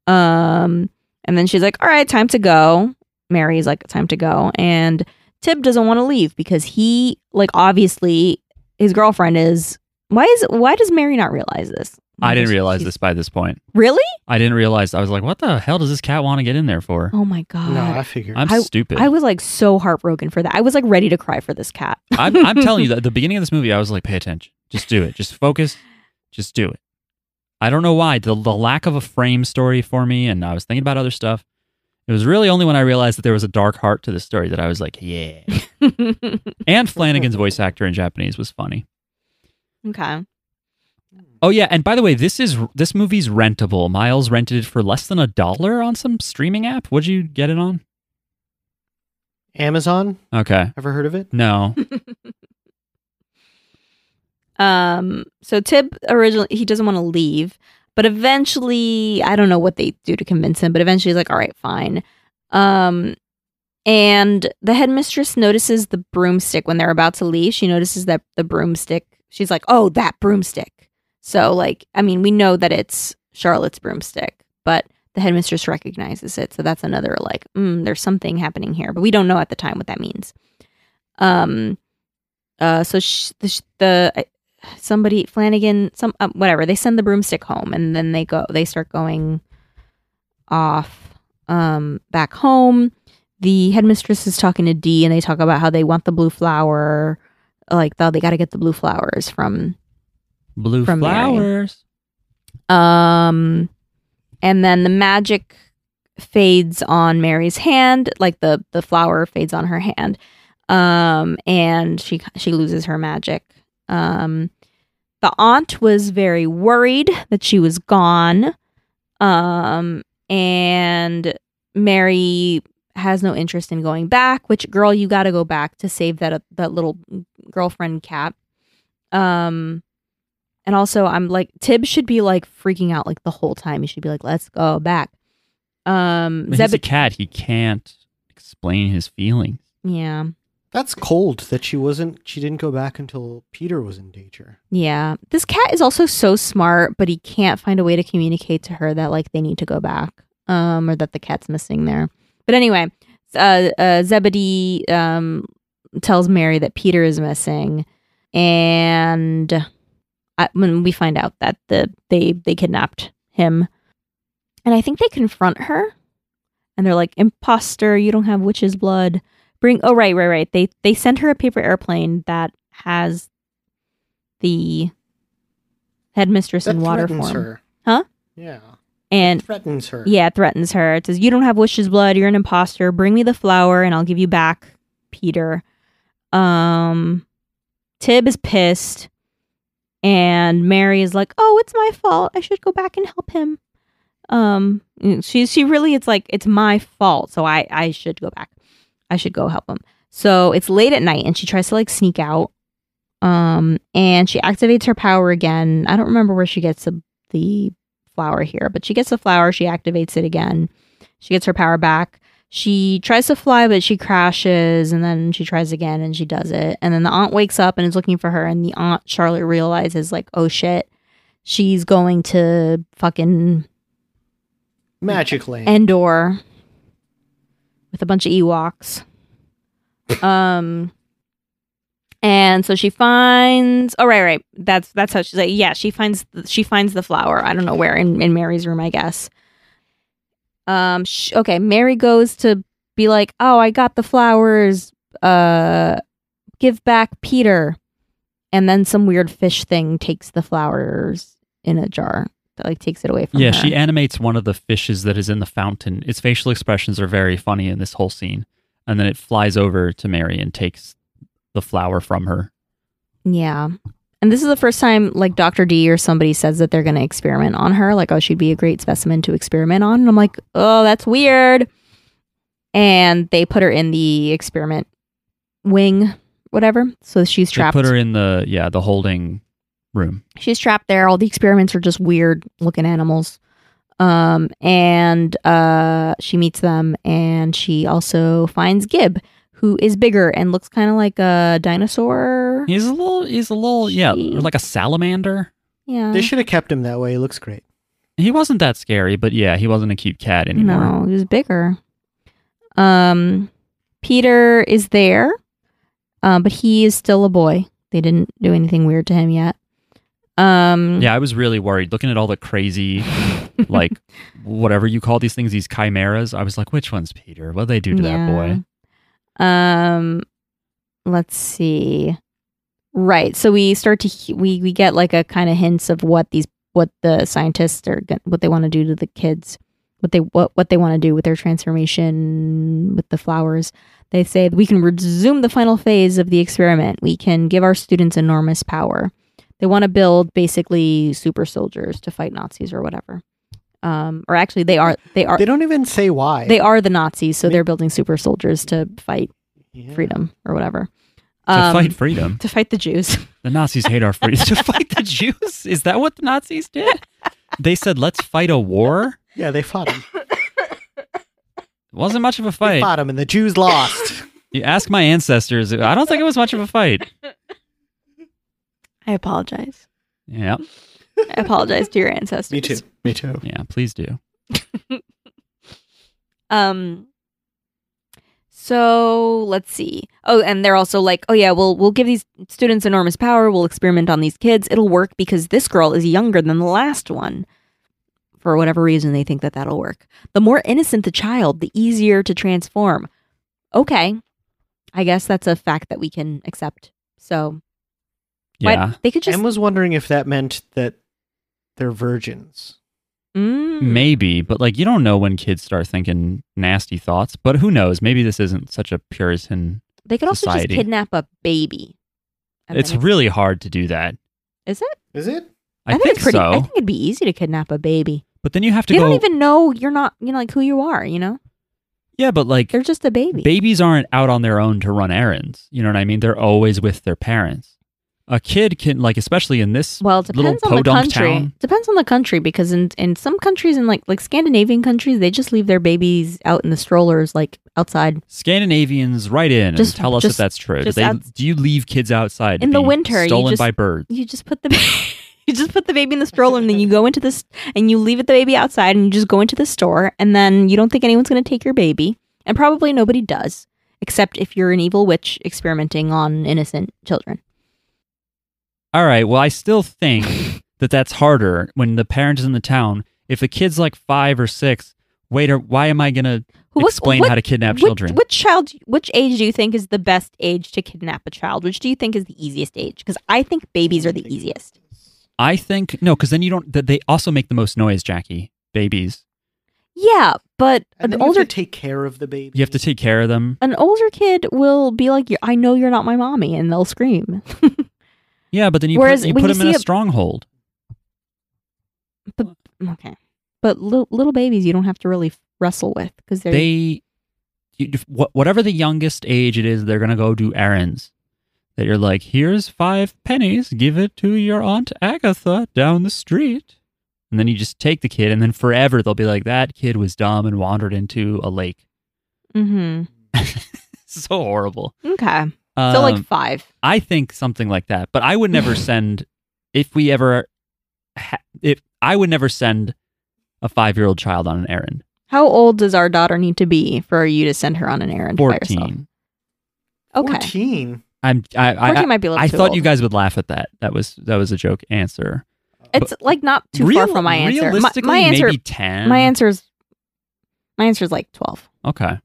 Um, and then she's like, all right, time to go. Mary's like, time to go, and Tib doesn't want to leave because he, like, obviously his girlfriend is. Why is why does Mary not realize this? i didn't realize She's- this by this point Really? i didn't realize i was like what the hell does this cat want to get in there for Oh my god. No, I figured. i'm I- stupid I was like so heartbroken for that. I was like ready to cry for this cat. I'm, I'm telling you, that at the beginning of this movie, I was like, pay attention. Just do it. Just focus. Just do it. I don't know why. The, the lack of a frame story for me, and I was thinking about other stuff. It was really only when I realized that there was a dark heart to this story that I was like, yeah. okay. and Flanagan's voice actor in Japanese was funny. Oh, yeah. And by the way, this is this movie's rentable. Miles rented it for less than a dollar on some streaming app. What'd you get it on? Amazon. Okay. Ever heard of it? No. Um so Tib originally he doesn't want to leave, but eventually I don't know what they do to convince him, but eventually he's like, "All right, fine." Um and the headmistress notices the broomstick when they're about to leave. She notices that the broomstick. She's like, "Oh, that broomstick." So like, I mean, we know that it's Charlotte's broomstick, but the headmistress recognizes it. So that's another like, mm, there's something happening here, but we don't know at the time what that means. Um, uh, so sh- the, sh- the I- somebody Flanagan, some um, whatever, they send the broomstick home, and then they go, they start going off um back home. The headmistress is talking to Dee, and they talk about how they want the blue flower, like how they got to get the blue flowers from Blue From Mary. flowers. Um, and then the magic fades on Mary's hand, like the the flower fades on her hand. Um, and she she loses her magic. Um, the aunt was very worried that she was gone. Um, and Mary has no interest in going back. Which girl, you got to go back to save that that little girlfriend cat. Um, and also, I'm like, Tib should be like freaking out like the whole time. He should be like, let's go back. Um, He's a Zeb- cat. He can't explain his feelings. yeah, That's cold that she wasn't she didn't go back until Peter was in danger. yeah. This cat is also so smart, but he can't find a way to communicate to her that like they need to go back, um, or that the cat's missing there. But anyway, uh, uh, Zebedee um tells Mary that Peter is missing, and I, when we find out that the they they kidnapped him, and I think they confront her, and they're like, "Imposter, you don't have witch's blood. Bring." Oh, right, right, right. They they send her a paper airplane that has the headmistress That in water threatens form. her. Huh? Yeah. And threatens her. Yeah, it threatens her. It says, You don't have Wish's blood. You're an imposter. Bring me the flower and I'll give you back Peter. Um, Tib is pissed. And Mary is like, Oh, it's my fault. I should go back and help him. Um, she, she really, it's like, It's my fault. So I, I should go back. I should go help him. So it's late at night and she tries to like sneak out. Um, and she activates her power again. I don't remember where she gets the, the flower here, but she gets the flower, she activates it again. She gets her power back. She tries to fly, but she crashes, and then she tries again and she does it. And then the aunt wakes up and is looking for her, and the aunt, Charlotte, realizes, like, oh shit, she's going to fucking Magic land. Endor with a bunch of Ewoks. Um, and so she finds. Oh right, right. That's that's how she's like. Yeah, she finds she finds the flower. I don't know where in in Mary's room, I guess. Um. Sh- okay, Mary goes to be like, oh, I got the flowers. Uh, give back Peter. And then some weird fish thing takes the flowers in a jar. That like takes it away from Yeah, her. she animates one of the fishes that is in the fountain. Its facial expressions are very funny in this whole scene. And then it flies over to Mary and takes the flower from her. Yeah. And this is the first time like Dr. D or somebody says that they're going to experiment on her. Like, oh, she'd be a great specimen to experiment on. And I'm like, oh, that's weird. And they put her in the experiment wing, whatever. So she's They trapped. put her in the yeah, the holding room. she's trapped there. All the experiments are just weird looking animals. Um, and uh, she meets them and she also finds Gib, who is bigger and looks kind of like a dinosaur. He's a little he's a little yeah, She- like a salamander. Yeah. They should have kept him that way. He looks great. He wasn't that scary, but yeah, he wasn't a cute cat anymore. No, he was bigger. Um, Peter is there, um, but he is still a boy. They didn't do anything weird to him yet. Um, Yeah, I was really worried looking at all the crazy, like whatever you call these things, these chimeras. I was like, which one's Peter? What they do to that boy? boy. Um, let's see. Right, so we start to he- we we get like a kind of hints of what these what the scientists are gon- what they want to do to the kids, what they what what they want to do with their transformation with the flowers. They say we can resume the final phase of the experiment. We can give our students enormous power. They want to build basically super soldiers to fight Nazis or whatever. Um, or actually, they are they are They don't even say why. they are the Nazis, so May- they're building super soldiers to fight Yeah. freedom or whatever. To Um, fight freedom. to fight the Jews. The Nazis hate our freedom. to fight the Jews? Is that what the Nazis did? They said, let's fight a war? Yeah, they fought him. Wasn't much of a They fight. fought him, and the Jews lost. You ask my ancestors. I don't think it was much of a fight. I apologize. Yeah. I apologize to your ancestors. Me too. Me too. Yeah. Please do. Um so let's see. Oh, and they're also like, oh yeah, we'll we'll give these students enormous power. We'll experiment on these kids. It'll work because this girl is younger than the last one. For whatever reason, they think that that'll work. The more innocent the child, the easier to transform. Okay, I guess that's a fact that we can accept. So why- Yeah. they could just Em was wondering if that meant that they're virgins. Mm. Maybe, but like you don't know when kids start thinking nasty thoughts, but who knows? Maybe this isn't such a Puritan. They could also society. just kidnap a baby. And It's then- really hard to do that. is it? Is it? I, it's pretty. so. I think it'd be easy to kidnap a baby. but then you have to they go. don't even know you're not, you know, like who you are. You know, yeah, but like they're just a baby. babies aren't out on their own to run errands. You know what I mean? They're always with their parents. A kid can like, especially in this. well, it little depends on the podunk country. town. Depends on the country because in in some countries, in like like Scandinavian countries, they just leave their babies out in the strollers, like outside Scandinavians, write in Just- and tell us just- if that's true. Do, just they, outs- do you leave kids outside to In the be winter, you Stolen just- by birds. you just put the you just put the baby in the stroller and then you go into this and you leave it the baby outside and you just go into the store and then you don't think anyone's going to take your baby and probably nobody does except if you're an evil witch experimenting on innocent children All right. Well, I still think that that's harder when the parent is in the town. If the kid's like five or six, wait, or why am I gonna Who- what's- explain what- how to kidnap Which- children? Which, child? Which age do you think is the best age to kidnap a child? Which do you think is the easiest age? Because I think babies are the easiest. I think no, because then you don't. th- They also make the most noise, Jackie. Babies, Yeah, but And then an you have to older take care of the baby. you have to take care of them. an older kid will be like, "You- "I know you're not my mommy," and they'll scream. Yeah, but then you Whereas put, you when put you them in see a, a- stronghold. okay, but li- little babies you don't have to really wrestle with because they're They, you, wh- whatever the youngest age it is, they're gonna go do errands. That you're like, here's five pennies, give it to your aunt Agatha down the street, and then you just take the kid, and then forever they'll be like, that kid was dumb and wandered into a lake. Mhm. so horrible. okay. Um, so like five. I think something like that. But I would never send if we ever ha- if I would never send a 5-year-old child on an errand. How old does our daughter need to be for you to send her on an errand by yourself? 14. Okay, 14, Fourteen. I'm I I, I, might be a little I too thought old. you guys would laugh at that. That was that was a joke answer. It's like not too far Real- from my answer. My, Realistically, my answer maybe 10. My answer is my answer is like 12. Okay.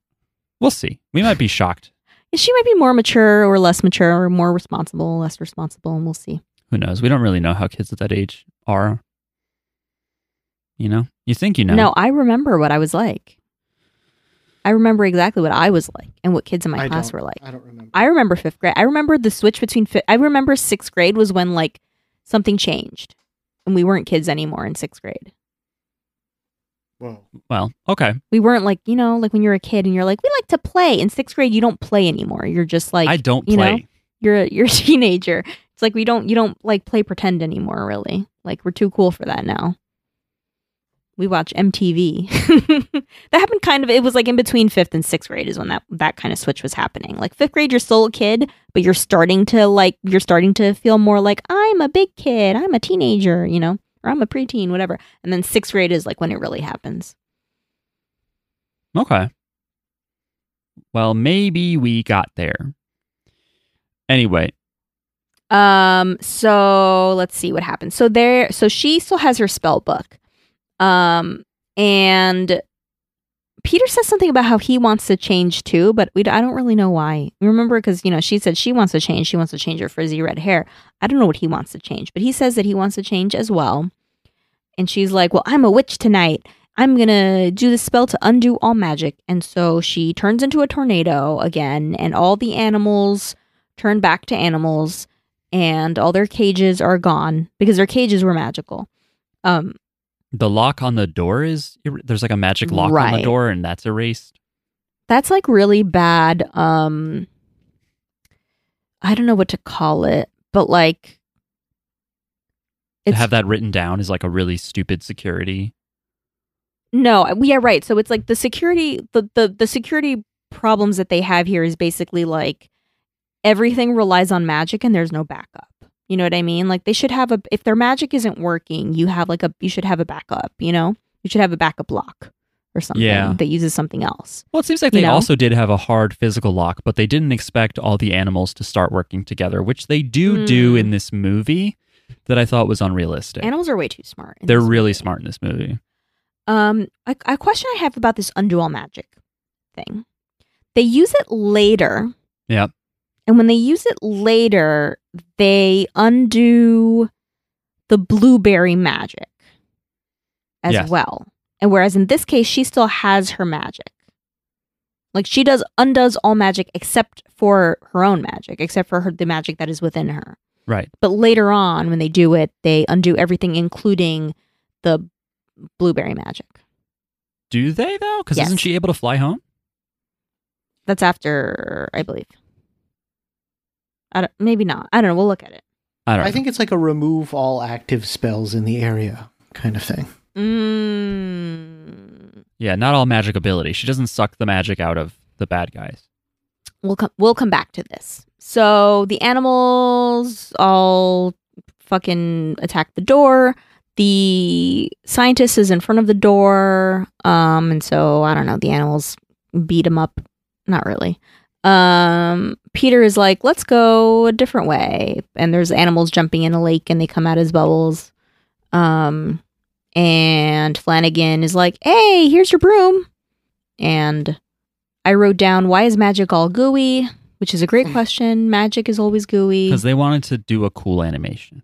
We'll see. We might be shocked. She might be more mature or less mature or more responsible, less responsible, and we'll see. Who knows? We don't really know how kids at that age are. You know? You think you know. No, I remember what I was like. I remember exactly what I was like and what kids in my I class don't- were like. I don't remember. I remember 5th grade. I remember the switch between fi- I remember 6th grade was when like something changed and we weren't kids anymore in 6th grade. Whoa. Well, okay. We weren't like, you know, like when you're a kid and you're like, we like to play. In 6th grade, you don't play anymore. You're just like I don't you know, play. you're a, you're a teenager. It's like we don't you don't like play pretend anymore, really. Like we're too cool for that now. We watch MTV. that happened kind of. It was like in between fifth and sixth grade is when that that kind of switch was happening. Like fifth grade, you're still a kid, but you're starting to like you're starting to feel more like I'm a big kid, I'm a teenager, you know, or I'm a preteen, whatever. And then sixth grade is like when it really happens. Okay. Well, maybe we got there. Anyway, Um, so let's see what happens. So there so she still has her spell book. Um, and Peter says something about how he wants to change too, but we, I don't really know why. Remember, because you know she said she wants to change. She wants to change her frizzy red hair. I don't know what he wants to change, but he says that he wants to change as well. And she's like, "Well, I'm a witch tonight. I'm gonna do the spell to undo all magic." And so she turns into a tornado again, and all the animals turn back to animals, and all their cages are gone because their cages were magical. Um, the lock on the door is er- there's like a magic lock on Right. the door, and that's erased. that's like really bad um i don't know what to call it but like to have that written down is like a really stupid security. no I- yeah right so it's like the security the, the the security problems that they have here is basically like everything relies on magic and there's no backup you know what i mean like they should have a if their magic isn't working you have like a you should have a backup you know you should have a backup lock or something Yeah. that uses something else Well, it seems like You they know? also did have a hard physical lock, but they didn't expect all the animals to start working together, which they do do Mm. in this movie. That I thought was unrealistic. animals are way too smart in They're this really movie. smart in this movie. Um, a, a question I have about this undo all magic thing. They use it later, Yep. and when they use it later, they undo the blueberry magic as Yes. well. And whereas in this case, she still has her magic. Like she does undoes all magic except for her own magic, except for her, the magic that is within her. Right. But later on, when they do it, they undo everything, including the blueberry magic. Do they though? Because Yes. isn't she able to fly home? That's after, I believe. I don't, maybe not. I don't know. We'll look at it. I don't. I know. think it's like a remove all active spells in the area kind of thing. Mm, Yeah, not all magic ability. She doesn't suck the magic out of the bad guys. we'll come. We'll come back to this. So the animals all fucking attack the door. The scientist is in front of the door. Um, and so I don't know. The animals beat him up. Not really. Um, Peter is like, let's go a different way. And there's animals jumping in a lake and they come out as bubbles. Um, And Flanagan is like, hey, here's your broom. And I wrote down, why is magic all gooey? Which is a great question. Magic is always gooey. because they wanted to do a cool animation.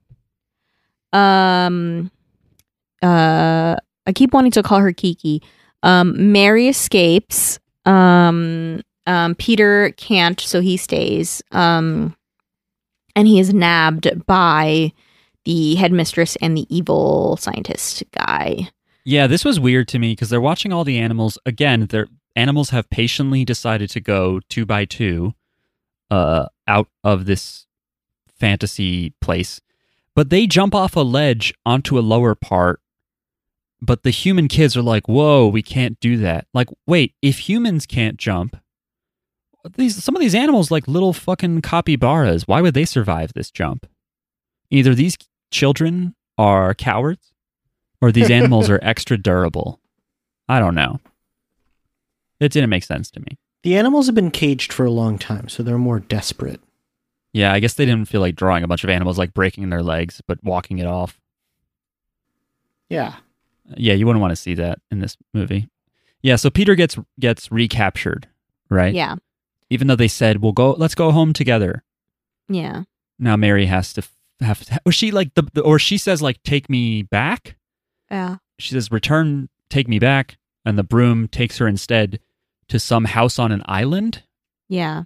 um uh i keep wanting to call her kiki um mary escapes um um peter can't so he stays um and he is nabbed by the headmistress and the evil scientist guy Yeah, this was weird to me because they're watching all the animals. Again, their animals have patiently decided to go two by two uh, out of this fantasy place, but they jump off a ledge onto a lower part. But the human kids are like, "Whoa, we can't do that!" Like, wait, if humans can't jump, these some of these animals, like little fucking capybaras, why would they survive this jump? Either these children are cowards, or these animals are extra durable. I don't know. It didn't make sense to me. The animals have been caged for a long time, so they're more desperate. Yeah, I guess they didn't feel like drawing a bunch of animals, like breaking their legs, but walking it off. Yeah. Yeah, you wouldn't want to see that in this movie. Yeah, so Peter gets gets recaptured, right? yeah Even though they said, "We'll go, let's go home together." yeah Now Mary has to f- have to, or she like the, the or she says like, "Take me back." yeah She says, "Return, take me back," and the broom takes her instead to some house on an island yeah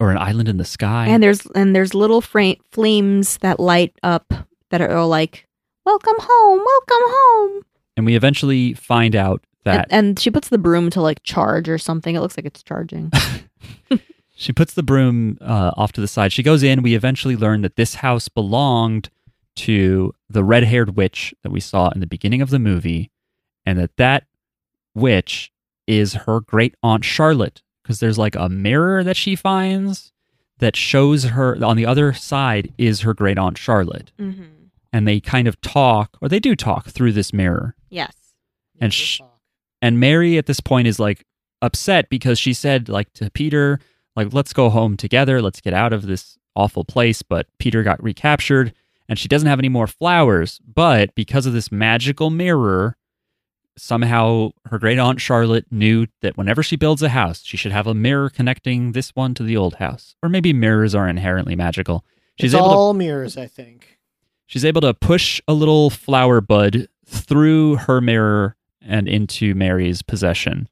or an island in the sky. and there's and there's little fra- flames that light up that are like welcome home welcome home and we eventually find out that And, and she puts the broom to like charge or something. It looks like it's charging. she puts the broom uh, off to the side. She goes in. We eventually learn that this house belonged to the red-haired witch that we saw in the beginning of the movie, and that that witch is her great aunt Charlotte because there's like a mirror that she finds that shows her on the other side is her great aunt Charlotte, mm-hmm. and they kind of talk or they do talk through this mirror. Yes. And sh- And Mary at this point is like upset because she said like to Peter, like let's go home together, let's get out of this awful place, but Peter got recaptured and she doesn't have any more flowers, but because of this magical mirror, somehow her great aunt Charlotte knew that whenever she builds a house, she should have a mirror connecting this one to the old house. Or maybe mirrors are inherently magical. She's it's able to all mirrors, I think. She's able to push a little flower bud through her mirror and into Mary's possession.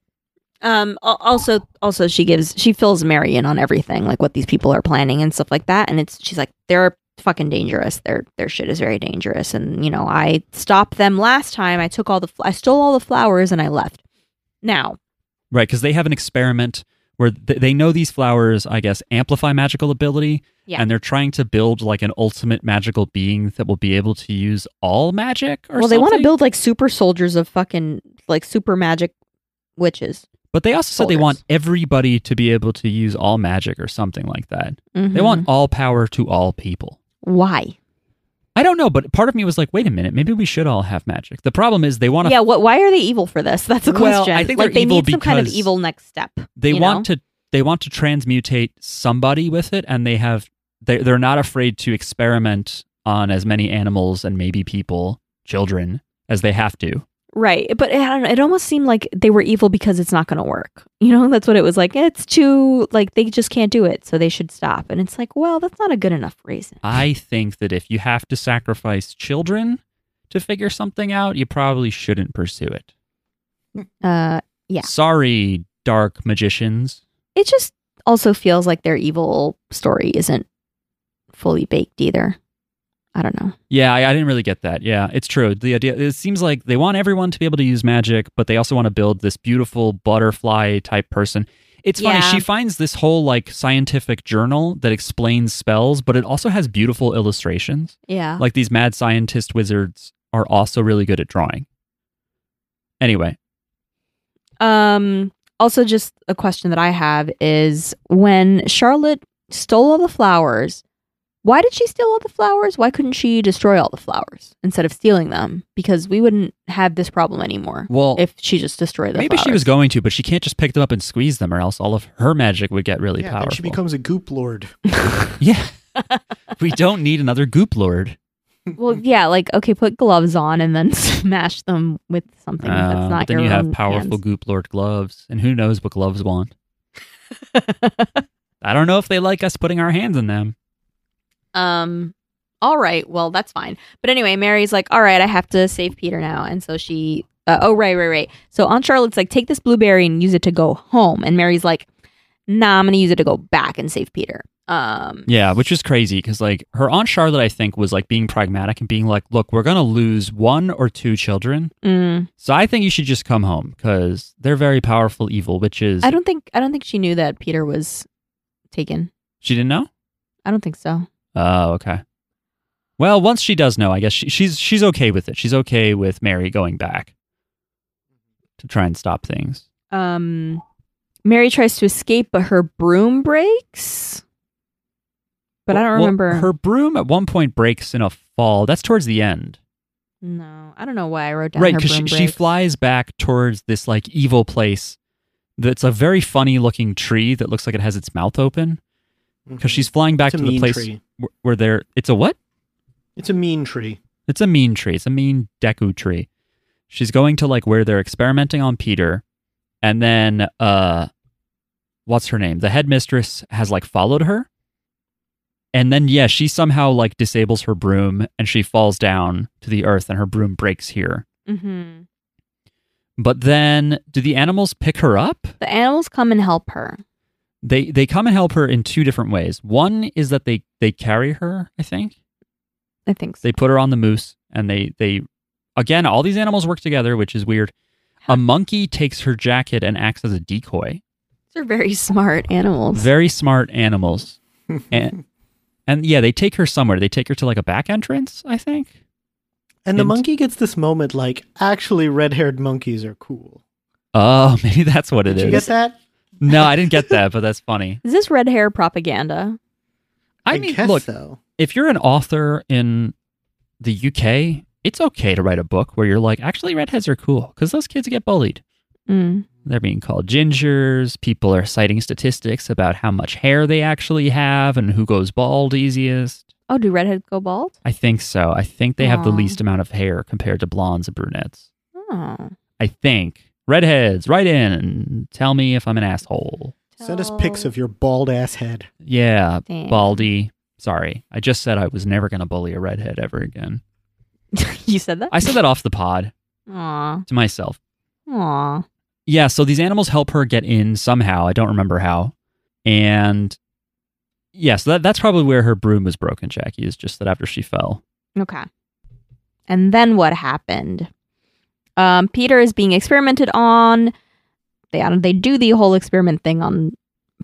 Um. al- Also, also she gives she fills Mary in on everything, like what these people are planning and stuff like that. And it's she's like they're fucking dangerous. Their their shit is very dangerous. And you know I stopped them last time. I took all the fl- I stole all the flowers and I left. Now Right, because they have an experiment where th- they know these flowers, I guess, amplify magical ability. Yeah. And they're trying to build like an ultimate magical being that will be able to use all magic or well they something. want to build like super soldiers of fucking like super magic witches. But they also said they soldiers. want everybody to be able to use all magic or something like that. They Mhm. want all power to all people. why? I don't know, but part of me was like, wait a minute, maybe we should all have magic. The problem is they want to Yeah. What? Why are they evil for this? That's a Well, question. I think like they're they evil need some kind of because evil next step. they you want to they want to transmutate somebody with it and they have they they're not afraid to experiment on as many animals and maybe people children as they have to Right. But it, I don't know, it almost seemed like they were evil because it's not going to work. You know, that's what it was like. It's too, like, they just can't do it. So they should stop. And it's like, well, that's not a good enough reason. i think that if you have to sacrifice children to figure something out you probably shouldn't pursue it Uh, Yeah. sorry dark magicians it just also feels like their evil story isn't fully baked either. I don't know. yeah I, I didn't really get that yeah it's true the idea it seems like they want everyone to be able to use magic but they also want to build this beautiful butterfly type person It's funny. Yeah. She finds this whole like scientific journal that explains spells, but it also has beautiful illustrations. Yeah. Like these mad scientist wizards are also really good at drawing. Anyway, Um, also, just a question that I have is when Charlotte stole all the flowers, why did she steal all the flowers? Why couldn't she destroy all the flowers instead of stealing them? Because we wouldn't have this problem anymore well, if she just destroyed them. maybe she was going to, but she can't just pick them up and squeeze them, or else all of her magic would get really yeah, then powerful. she becomes a goop lord. yeah, we don't need another goop lord. well, yeah, like okay, put gloves on and then smash them with something Uh, that's not then your you have own powerful hands. goop lord gloves, and who knows what gloves want. I don't know if they like us putting our hands in them. Um, all right, well that's fine. But anyway, Mary's like, all right, I have to save Peter now, and so she. Uh, oh right, right, right. So Aunt Charlotte's like, take this blueberry and use it to go home, and Mary's like, nah, I'm gonna use it to go back and save Peter. Um, Yeah, which is crazy because like her aunt Charlotte, I think, was like being pragmatic and being like, "Look, we're gonna lose one or two children, mm, so I think you should just come home because they're very powerful evil witches." I don't think I don't think she knew that Peter was taken. She didn't know. I don't think so. Oh, okay. Well, once she does know, I guess she, she's she's okay with it. She's okay with Mary going back to try and stop things. um Mary tries to escape but her broom breaks. But I don't Well, remember her broom at one point breaks in a fall. That's towards the end, No, I don't know why I wrote down right? her Because she, broom she breaks. flies back towards this like evil place. That's a very funny looking tree that looks like it has its mouth open. Because she's flying back Mm-hmm. It's a to the mean place tree. wh- where they're. It's a what? It's a mean tree. It's a mean tree. It's a mean Deku tree. She's going to like where they're experimenting on Peter, and then uh, what's her name? The headmistress has like followed her, and then yeah, she somehow like disables her broom and she falls down to the earth, and her broom breaks here. Mhm. But then, do the animals pick her up? The animals come and help her. They they come and help her in two different ways. One is that they they carry her, I think. I think so. They put her on the moose and they they again all these animals work together, which is weird. A monkey takes her jacket and acts as a decoy. They're very smart animals. Very smart animals. and and yeah, they take her somewhere. They take her to like a back entrance, I think. And the And- monkey gets this moment like, actually, red haired monkeys are cool. Oh, maybe that's what it Did you is. get that? No, I didn't get that, but that's funny. Is this red hair propaganda? I, mean, guess look, so. if you're an author in the UK, it's okay to write a book where you're like, actually, redheads are cool because those kids get bullied. Mm. They're being called gingers. People are citing statistics about how much hair they actually have and who goes bald easiest. Oh, do redheads go bald? I think so. I think they have the Aw. least amount of hair compared to blondes and brunettes. Oh. I think. Redheads, write in and tell me if I'm an asshole. Send us pics Oh. of your bald ass head. Yeah, Damn. baldy. Sorry. I just said I was never going to bully a redhead ever again. you said that? I said that off the pod Aw. to myself. Aw. Yeah, so these animals help her get in somehow. I don't remember how. And yeah, so that, that's probably where her broom was broken, Jackie, is just that after she fell. Okay. And then what happened? Um, Peter is being experimented on. They I don't, they do the whole experiment thing on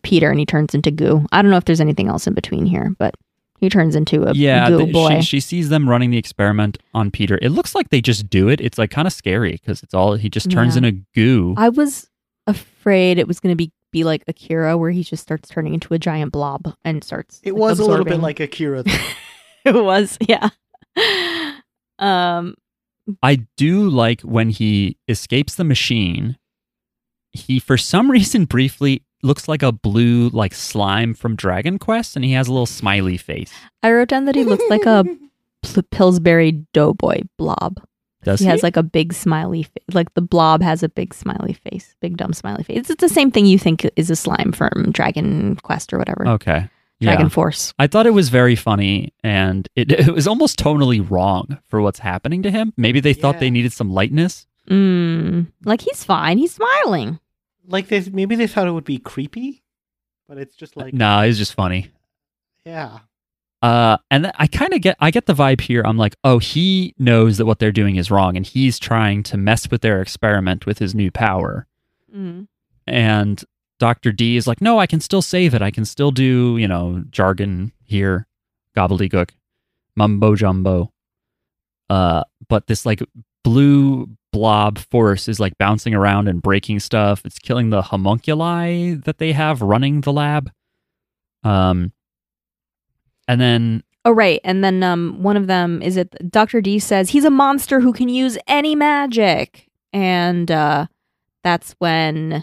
Peter, and he turns into goo. I don't know if there's anything else in between here, but he turns into a yeah, goo the- boy. She, she sees them running the experiment on Peter. It looks like they just do it. It's like kind of scary because it's all, he just turns Yeah. into goo. I was afraid it was going to be be like Akira, where he just starts turning into a giant blob and starts. It like, was a little bit absorbing. like Akira. though. it was, yeah. Um, I do like when he escapes the machine, he for some reason briefly looks like a blue like slime from Dragon Quest and he has a little smiley face. I wrote down that he looks like a Pil- Pillsbury Doughboy blob. Does he, has like a big smiley face. Like the blob has a big smiley face, big dumb smiley face. It's, it's the same thing you think is a slime from Dragon Quest or whatever, Okay. Dragon Force. I thought it was very funny and it, it was almost tonally wrong for what's happening to him. Maybe they thought they Yeah. needed some lightness. Mm, like he's fine. He's smiling. like, they, maybe they thought it would be creepy, but it's just like, nah, it was just funny. yeah. Uh, and th- I kind of get I get the vibe here. I'm like, oh, he knows that what they're doing is wrong and he's trying to mess with their experiment with his new power. Mm. And Dr. D is like, no, I can still save it. I can still do, you know, jargon here, gobbledygook, mumbo jumbo. Uh, but this like blue blob force is like bouncing around and breaking stuff. It's killing the homunculi that they have running the lab. Um, and then Oh right, and then um, one of them is it. Doctor D says he's a monster who can use any magic, and uh, that's when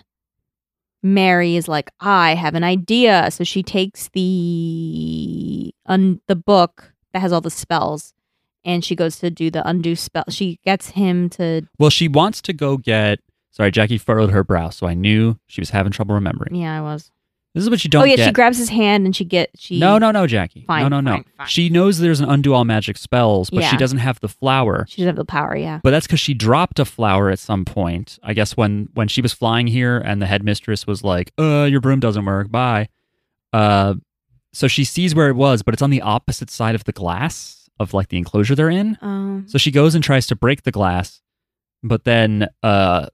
Mary is like, "I have an idea." So she takes the un- the book that has all the spells, and she goes to do the undo spell. She gets him to Well, she wants to go get. Sorry, Jackie furrowed her brow, so I knew she was having trouble remembering. yeah, I was. This is what you don't oh yeah, get. she grabs his hand and she get she no, no, no, Jackie. Fine, no, no, no. fine, fine. She knows there's an undo all magic spells, but Yeah. she doesn't have the flower. She doesn't have the power. Yeah, But that's because she dropped a flower at some point. I guess when when she was flying here, and the headmistress was like, "Uh, your broom doesn't work. Bye." Uh, so she sees where it was, but it's on the opposite side of the glass of like the enclosure they're in. um, So she goes and tries to break the glass, but then uh,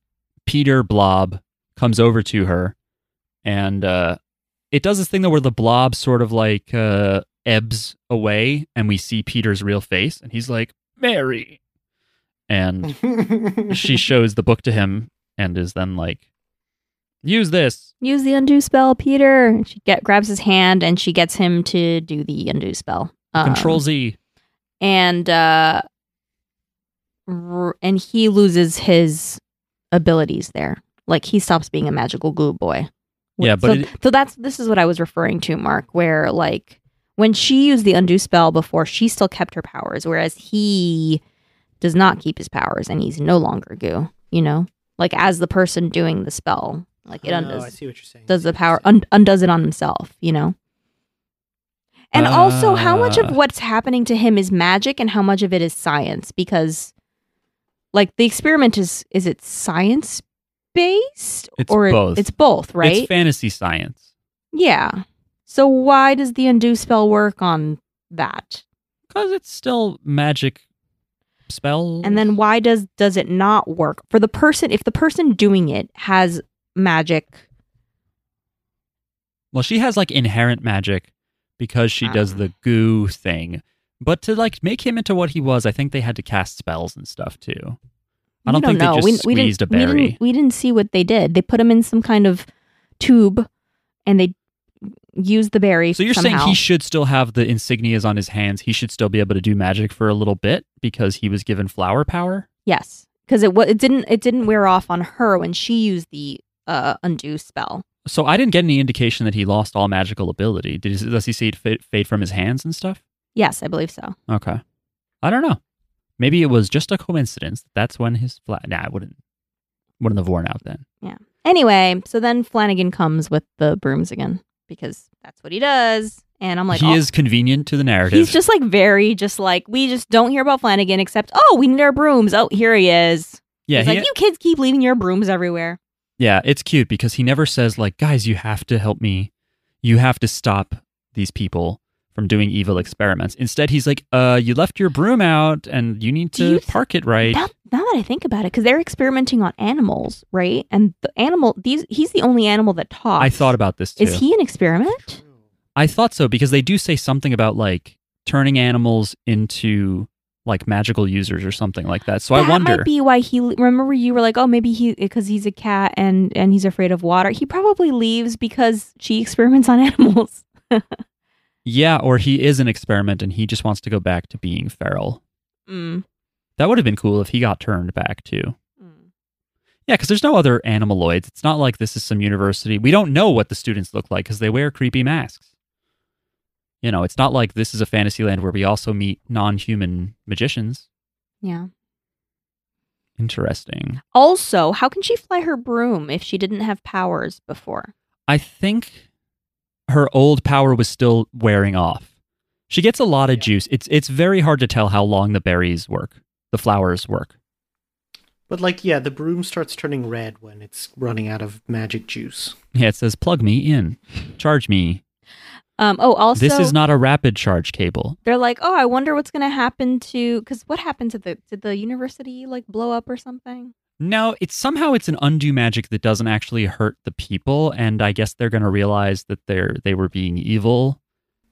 Peter Blob comes over to her, and uh, it does this thing though where the blob sort of like uh, ebbs away, and we see Peter's real face, and he's like Mary, and she shows the book to him, and is then like, use this. use the undo spell, Peter. And she get grabs his hand and she gets him to do the undo spell. Um, Control Z. and uh, r- and he loses his abilities there. Like he stops being a magical glue boy. Yeah, but so, it- so that's this is what I was referring to, Mark. Where like when she used the undo spell before, she still kept her powers, whereas he does not keep his powers and he's no longer goo. You know, like as the person doing the spell, like it Oh, undoes I see what you're saying. does the I see what you're power saying. un- undoes it on himself you know and also how much of Ah. what's happening to him is magic and how much of it is science because like the experiment is is it science based It's or it- both. it's both right It's fantasy science yeah so why does the undo spell work on that because it's still magic spells. and then why does does it not work for the person if the person doing it has magic Well, she has like inherent magic because she does Ah. the goo thing. But to like make him into what he was, I think they had to cast spells and stuff too. I We don't think they know. just we, we didn't- squeezed a we didn't, berry. We didn't see what they did. They put him in some kind of tube, and they used the berry. so you're somehow. saying he should still have the insignias on his hands. He should still be able to do magic for a little bit because he was given flower power. yes, because it wa- it didn't it didn't wear off on her when she used the uh, undo spell. So I didn't get any indication that he lost all magical ability. Did he, does he see it fade, fade from his hands and stuff? Yes, I believe so. Okay, I don't know. Maybe it was just a coincidence. That's when his flat. Nah, I wouldn't wouldn't have worn out then. Anyway, so then Flanagan comes with the brooms again because that's what he does, and I'm like, he oh, is convenient to the narrative. He's just like very, just like we just don't hear about Flanagan except oh, we need our brooms. Oh, here he is. yeah, He's he- like you kids keep leaving your brooms everywhere. yeah. It's cute because he never says like, "Guys, you have to help me. You have to stop these people from doing evil experiments." Instead, he's like, "Uh, you left your broom out, and you need Do to you th- park it right." Now, now that I think about it, because they're experimenting on animals, right? And the animal, these, he's the only animal that talks. I thought about this too. Is he an experiment? I thought so because they do say something about like turning animals into like magical users or something like that. So that I wonder. might be why he. Remember, you were like, "Oh, maybe he because he's a cat and and he's afraid of water. He probably leaves because she experiments on animals." yeah, or he is an experiment, and he just wants to go back to being feral. Mm. That would have been cool if he got turned back too. Mm. Yeah, because there's no other animaloids. It's not like this is some university. We don't know what the students look like because they wear creepy masks. You know, it's not like this is a fantasy land where we also meet non human magicians. Yeah. Interesting. Also, how can she fly her broom if she didn't have powers before? I think her old power was still wearing off. She gets a lot of Yeah. juice. It's it's very hard to tell how long the berries work, the flowers work. But like, yeah, the broom starts turning red when it's running out of magic juice. Yeah, it says plug me in, charge me. Um. Oh, also, this is not a rapid charge cable. They're like, "Oh, I wonder what's going to happen to because what happened to the did the university like blow up or something?" No, it's somehow it's an undue magic that doesn't actually hurt the people, and I guess they're gonna realize that they're they were being evil,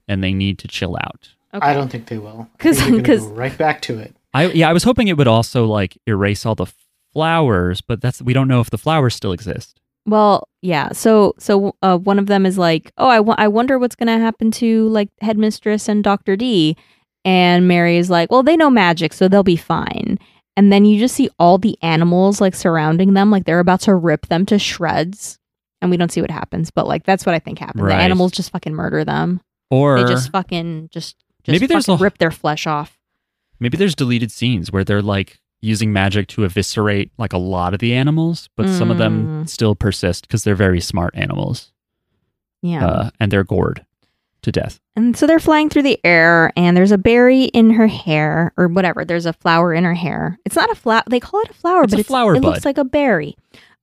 and they need to chill out. Okay. I don't think they will. I 'Cause- think they're gonna 'cause- go right back to it. I yeah, I was hoping it would also like erase all the flowers, but that's we don't know if the flowers still exist. Well, yeah. So, so uh, one of them is like, "Oh, I, wo- I wonder what's going to happen to like headmistress and Doctor D," and Mary is like, "Well, they know magic, so they'll be fine." And then you just see all the animals like surrounding them, like they're about to rip them to shreds, and we don't see what happens. But like that's what I think happened. Right. The animals just fucking murder them. Or they just fucking just, just Maybe maybe there's there's a- rip their flesh off. Maybe there's deleted scenes where they're like using magic to eviscerate like a lot of the animals, but some of them Mm. still persist because they're very smart animals Yeah. uh, and they're gored to death. And so they're flying through the air, and there's a berry in her hair, or whatever. There's a flower in her hair. It's not a flower. They call it a flower, It's but a flower it bud. looks like a berry.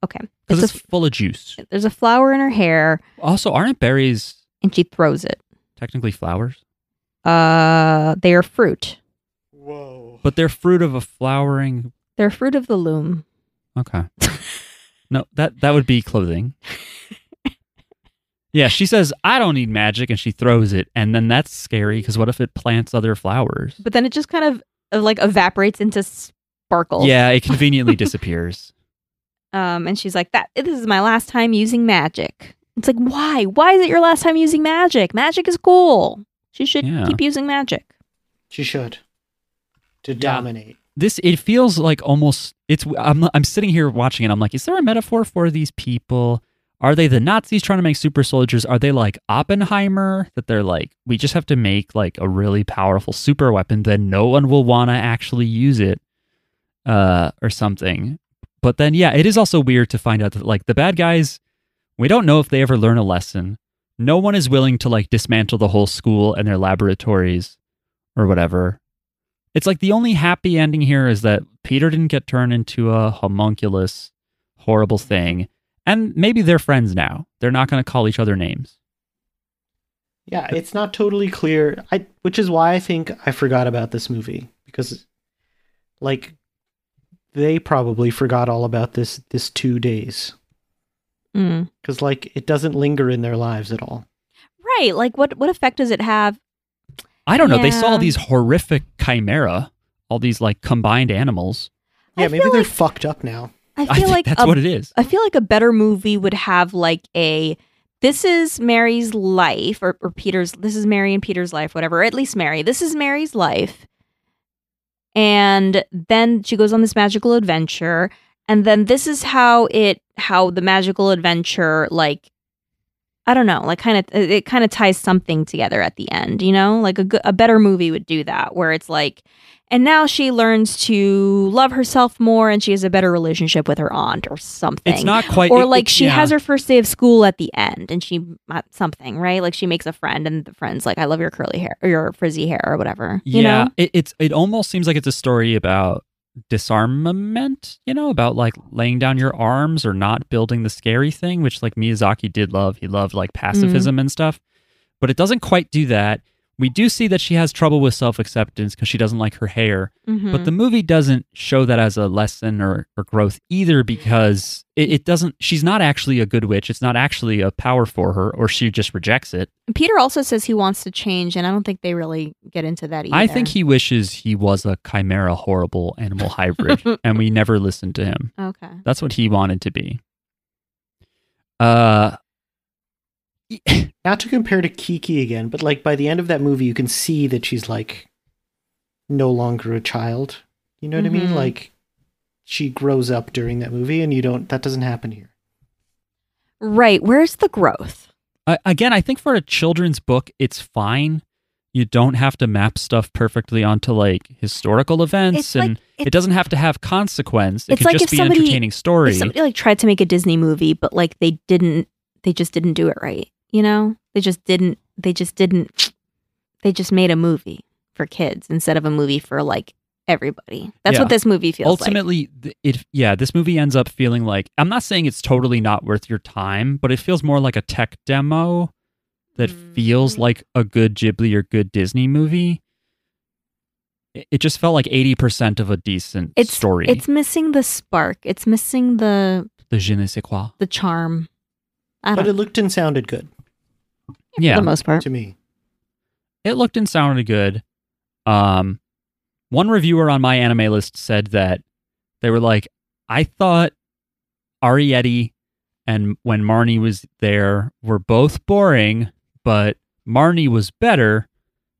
Okay. Because It's it's, full of juice. a, there's a flower in her hair, Also, aren't berries and she throws it. technically flowers? Uh, they are fruit. Whoa. But they're fruit of a flowering. They're fruit of the loom. Okay. no, that that would be clothing. yeah, she says, "I don't need magic," and she throws it, and then that's scary because what if it plants other flowers? But then it just kind of uh, like evaporates into sparkles. Yeah, it conveniently disappears. Um, and she's like, "That this is my last time using magic." It's like, why? Why is it your last time using magic? Magic is cool. She should Yeah. keep using magic. She should. To Yeah. dominate. This it feels like almost it's. I'm I'm sitting here watching it. I'm like, is there a metaphor for these people? Are they the Nazis trying to make super soldiers? Are they like Oppenheimer that they're like, we just have to make like a really powerful super weapon, then no one will want to actually use it, uh, or something. But then, yeah, it is also weird to find out that like the bad guys, we don't know if they ever learn a lesson. No one is willing to like dismantle the whole school and their laboratories or whatever. It's like the only happy ending here is that Peter didn't get turned into a homunculus, horrible thing. And maybe they're friends now. They're not going to call each other names. Yeah, it's not totally clear. I which is why I think I forgot about this movie because like they probably forgot all about this this 2 days Mm. cuz like it doesn't linger in their lives at all. Right. Like what what effect does it have? I don't know. They Yeah. saw these horrific chimera, all these like combined animals. Yeah, I maybe feel they're like, fucked up now. I I feel think like that's a, what it is. I feel like a better movie would have like a this is Mary's life or, or Peter's this is Mary and Peter's life, whatever, or at least Mary. This is Mary's life. And then she goes on this magical adventure. And then this is how it how the magical adventure like I don't know, like kind of it kind of ties something together at the end, you know? Like a good, a better movie would do that where it's like and now she learns to love herself more and she has a better relationship with her aunt or something. It's not quite. or it- like it- she yeah. has her first day of school at the end and she uh, something, right? Like she makes a friend and the friend's like, I love your curly hair or your frizzy hair or whatever. You yeah, know? it, it's it almost seems like it's a story about disarmament. You know, about like laying down your arms or not building the scary thing, which like Miyazaki did love. He loved like Mm-hmm. pacifism and stuff, but it doesn't quite do that. We do see that she has trouble with self acceptance because she doesn't like her hair, Mm-hmm. but the movie doesn't show that as a lesson or, or growth either because it, it doesn't, she's not actually a good witch. It's not actually a power for her, or she just rejects it. Peter also says he wants to change, and I don't think they really get into that either. I think he wishes he was a chimera horrible animal hybrid and we never listened to him. Okay. That's what he wanted to be. Uh Not to compare to Kiki again, but like by the end of that movie you can see that she's like no longer a child. You know what I mean? Mhm. Like she grows up during that movie and you don't that doesn't happen here. Right. Where's the growth? I, again, I think for a children's book it's fine. You don't have to map stuff perfectly onto like historical events It's like- and it- it doesn't have to have consequence. It It's can like if just be somebody- an entertaining story. If somebody like tried to make a Disney movie, but like they didn't they just didn't do it right. You know? They just didn't they just didn't they just made a movie for kids instead of a movie for like everybody. That's Yeah. what this movie feels like. ultimately th- it yeah this movie ends up feeling like i'm not saying it's totally not worth your time but it feels more like a tech demo that feels Mm. like a good ghibli or good disney movie it, it just felt like 80% of a decent It's story It's missing the spark. It's missing the the je ne sais quoi the charm. I don't But it know, looked and sounded good for yeah the most part. to me. it looked and sounded good. Um, one reviewer on my anime list said that they were like, I thought Arietti and when Marnie was there were both boring, but Marnie was better.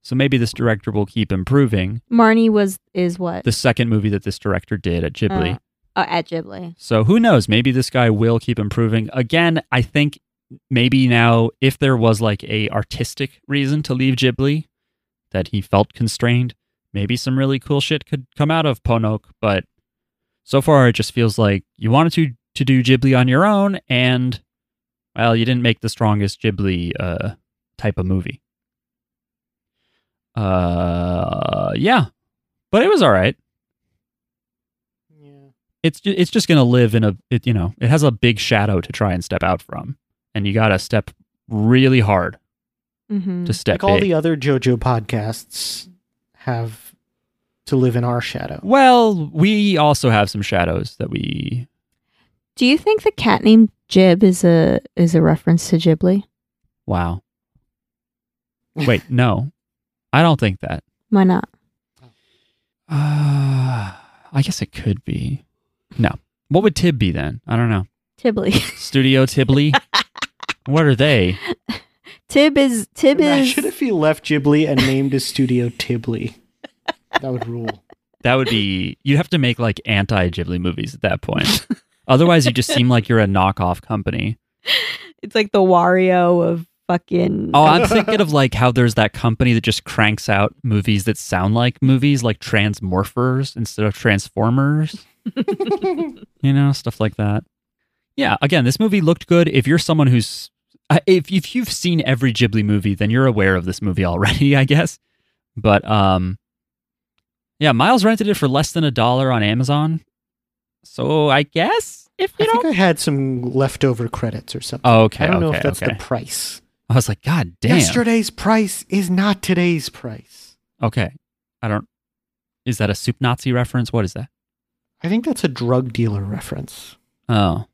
So maybe this director will keep improving. Marnie was is what? The second movie that this director did at Ghibli. Uh, oh, at Ghibli. So who knows? Maybe this guy will keep improving. Again, I think maybe now if there was like a artistic reason to leave Ghibli that he felt constrained, maybe some really cool shit could come out of Ponok, but so far it just feels like you wanted to to do Ghibli on your own, and well, you didn't make the strongest Ghibli uh, type of movie. Uh, yeah, but it was all right. Yeah. It's ju- it's just gonna live in a it, you know it has a big shadow to try and step out from, and you gotta step really hard Mm-hmm. to step Mm, Like all big. the other JoJo podcasts have to live in our shadow. well, we also have some shadows that we Do you think the cat named Jib is a is a reference to Ghibli? wow. Wait, no, I don't think that. Why not? Uh, I guess it could be. No. What would Tib be then? I don't know. Tibly. Studio Tibbly? what are they? Tib is Tib Imagine is if he left Ghibli and named his studio Ghibli. That would rule. That would be, you'd have to make like anti Ghibli movies at that point. Otherwise, you just seem like you're a knockoff company. it's like the Wario of fucking Oh, I'm thinking of like how there's that company that just cranks out movies that sound like movies, like Transmorphers instead of Transformers. you know, stuff like that. Yeah, again, this movie looked good. If you're someone who's I- if if you've seen every Ghibli movie, then you're aware of this movie already, I guess. But um yeah, Miles rented it for less than a dollar on Amazon. So I guess if I you think don't I had some leftover credits or something. Okay, I don't know okay, if that's okay. the price. I was like, God damn. Yesterday's price is not today's price. Okay. I don't Is that a soup Nazi reference? What is that? I think that's a drug dealer reference. Oh.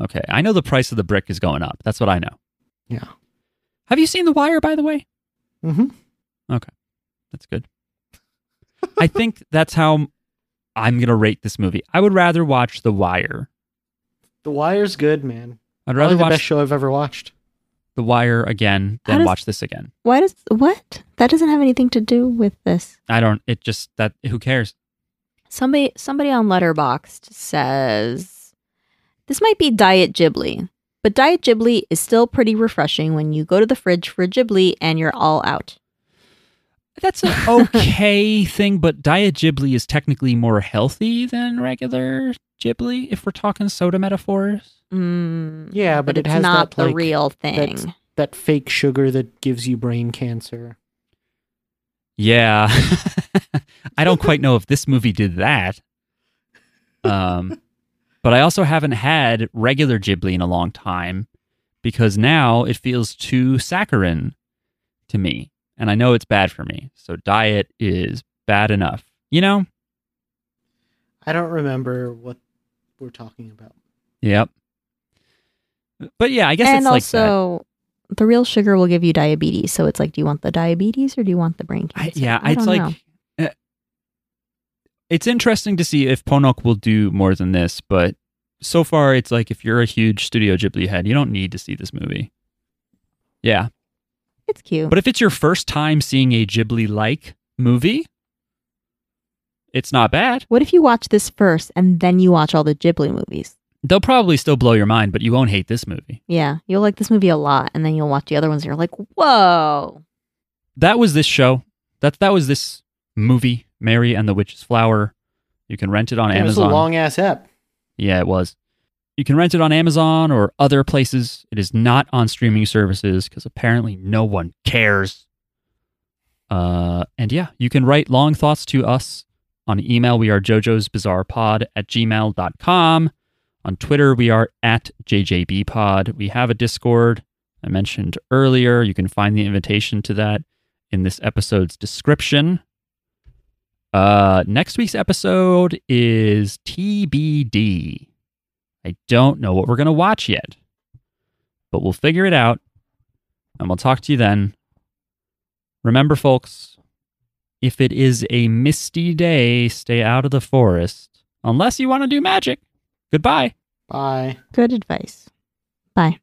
Okay. I know the price of the brick is going up. That's what I know. Yeah. Have you seen The Wire, by the way? hmm That's good. I think that's how I'm going to rate this movie. I would rather watch The Wire. The Wire's good, man. I'd Probably rather the best watch show I've ever watched. The Wire again How than does- watch this again. Why does what? That doesn't have anything to do with this. I don't, it just, that, who cares? Somebody somebody on Letterboxd says this might be Diet Ghibli, but Diet Ghibli is still pretty refreshing when you go to the fridge for Ghibli and you're all out. That's an okay thing, but Diet Ghibli is technically more healthy than regular Ghibli if we're talking soda metaphors. Mm, Yeah, but, it it's has not that, the like, real that, thing. that fake sugar that gives you brain cancer. Yeah. I don't quite know if this movie did that. Um, but I also haven't had regular Ghibli in a long time because now it feels too saccharine to me. And I know it's bad for me. So diet is bad enough. You know? I don't remember what we're talking about. Yep. But yeah, I guess And it's like also the real sugar will give you diabetes. So it's like, do you want the diabetes or do you want the brain that. I, cancer? yeah, I it's don't like know. uh, it's interesting to see if Ponok will do more than this, but so far it's like if you're a huge Studio Ghibli head, you don't need to see this movie. Yeah. it's cute. But if it's your first time seeing a Ghibli like movie, it's not bad. what if you watch this first and then you watch all the Ghibli movies? They'll probably still blow your mind, but you won't hate this movie. Yeah, you'll like this movie a lot, and then you'll watch the other ones, and you're like, whoa. That was this show. That that was this movie, Mary and the Witch's Flower. You can rent it on It was a Amazon. long ass app. yeah, it was. You can rent it on Amazon or other places. It is not on streaming services because apparently no one cares. Uh, and yeah, you can write long thoughts to us on email. We are JoJo's Bizarre Pod at gmail.com. On Twitter, we are at JJBpod. We have a Discord I mentioned earlier. You can find the invitation to that in this episode's description. Uh, next week's episode is TBD. I don't know what we're going to watch yet, but we'll figure it out and we'll talk to you then. Remember, folks, if it is a misty day, stay out of the forest unless you want to do magic. Goodbye. Bye. Good advice. Bye.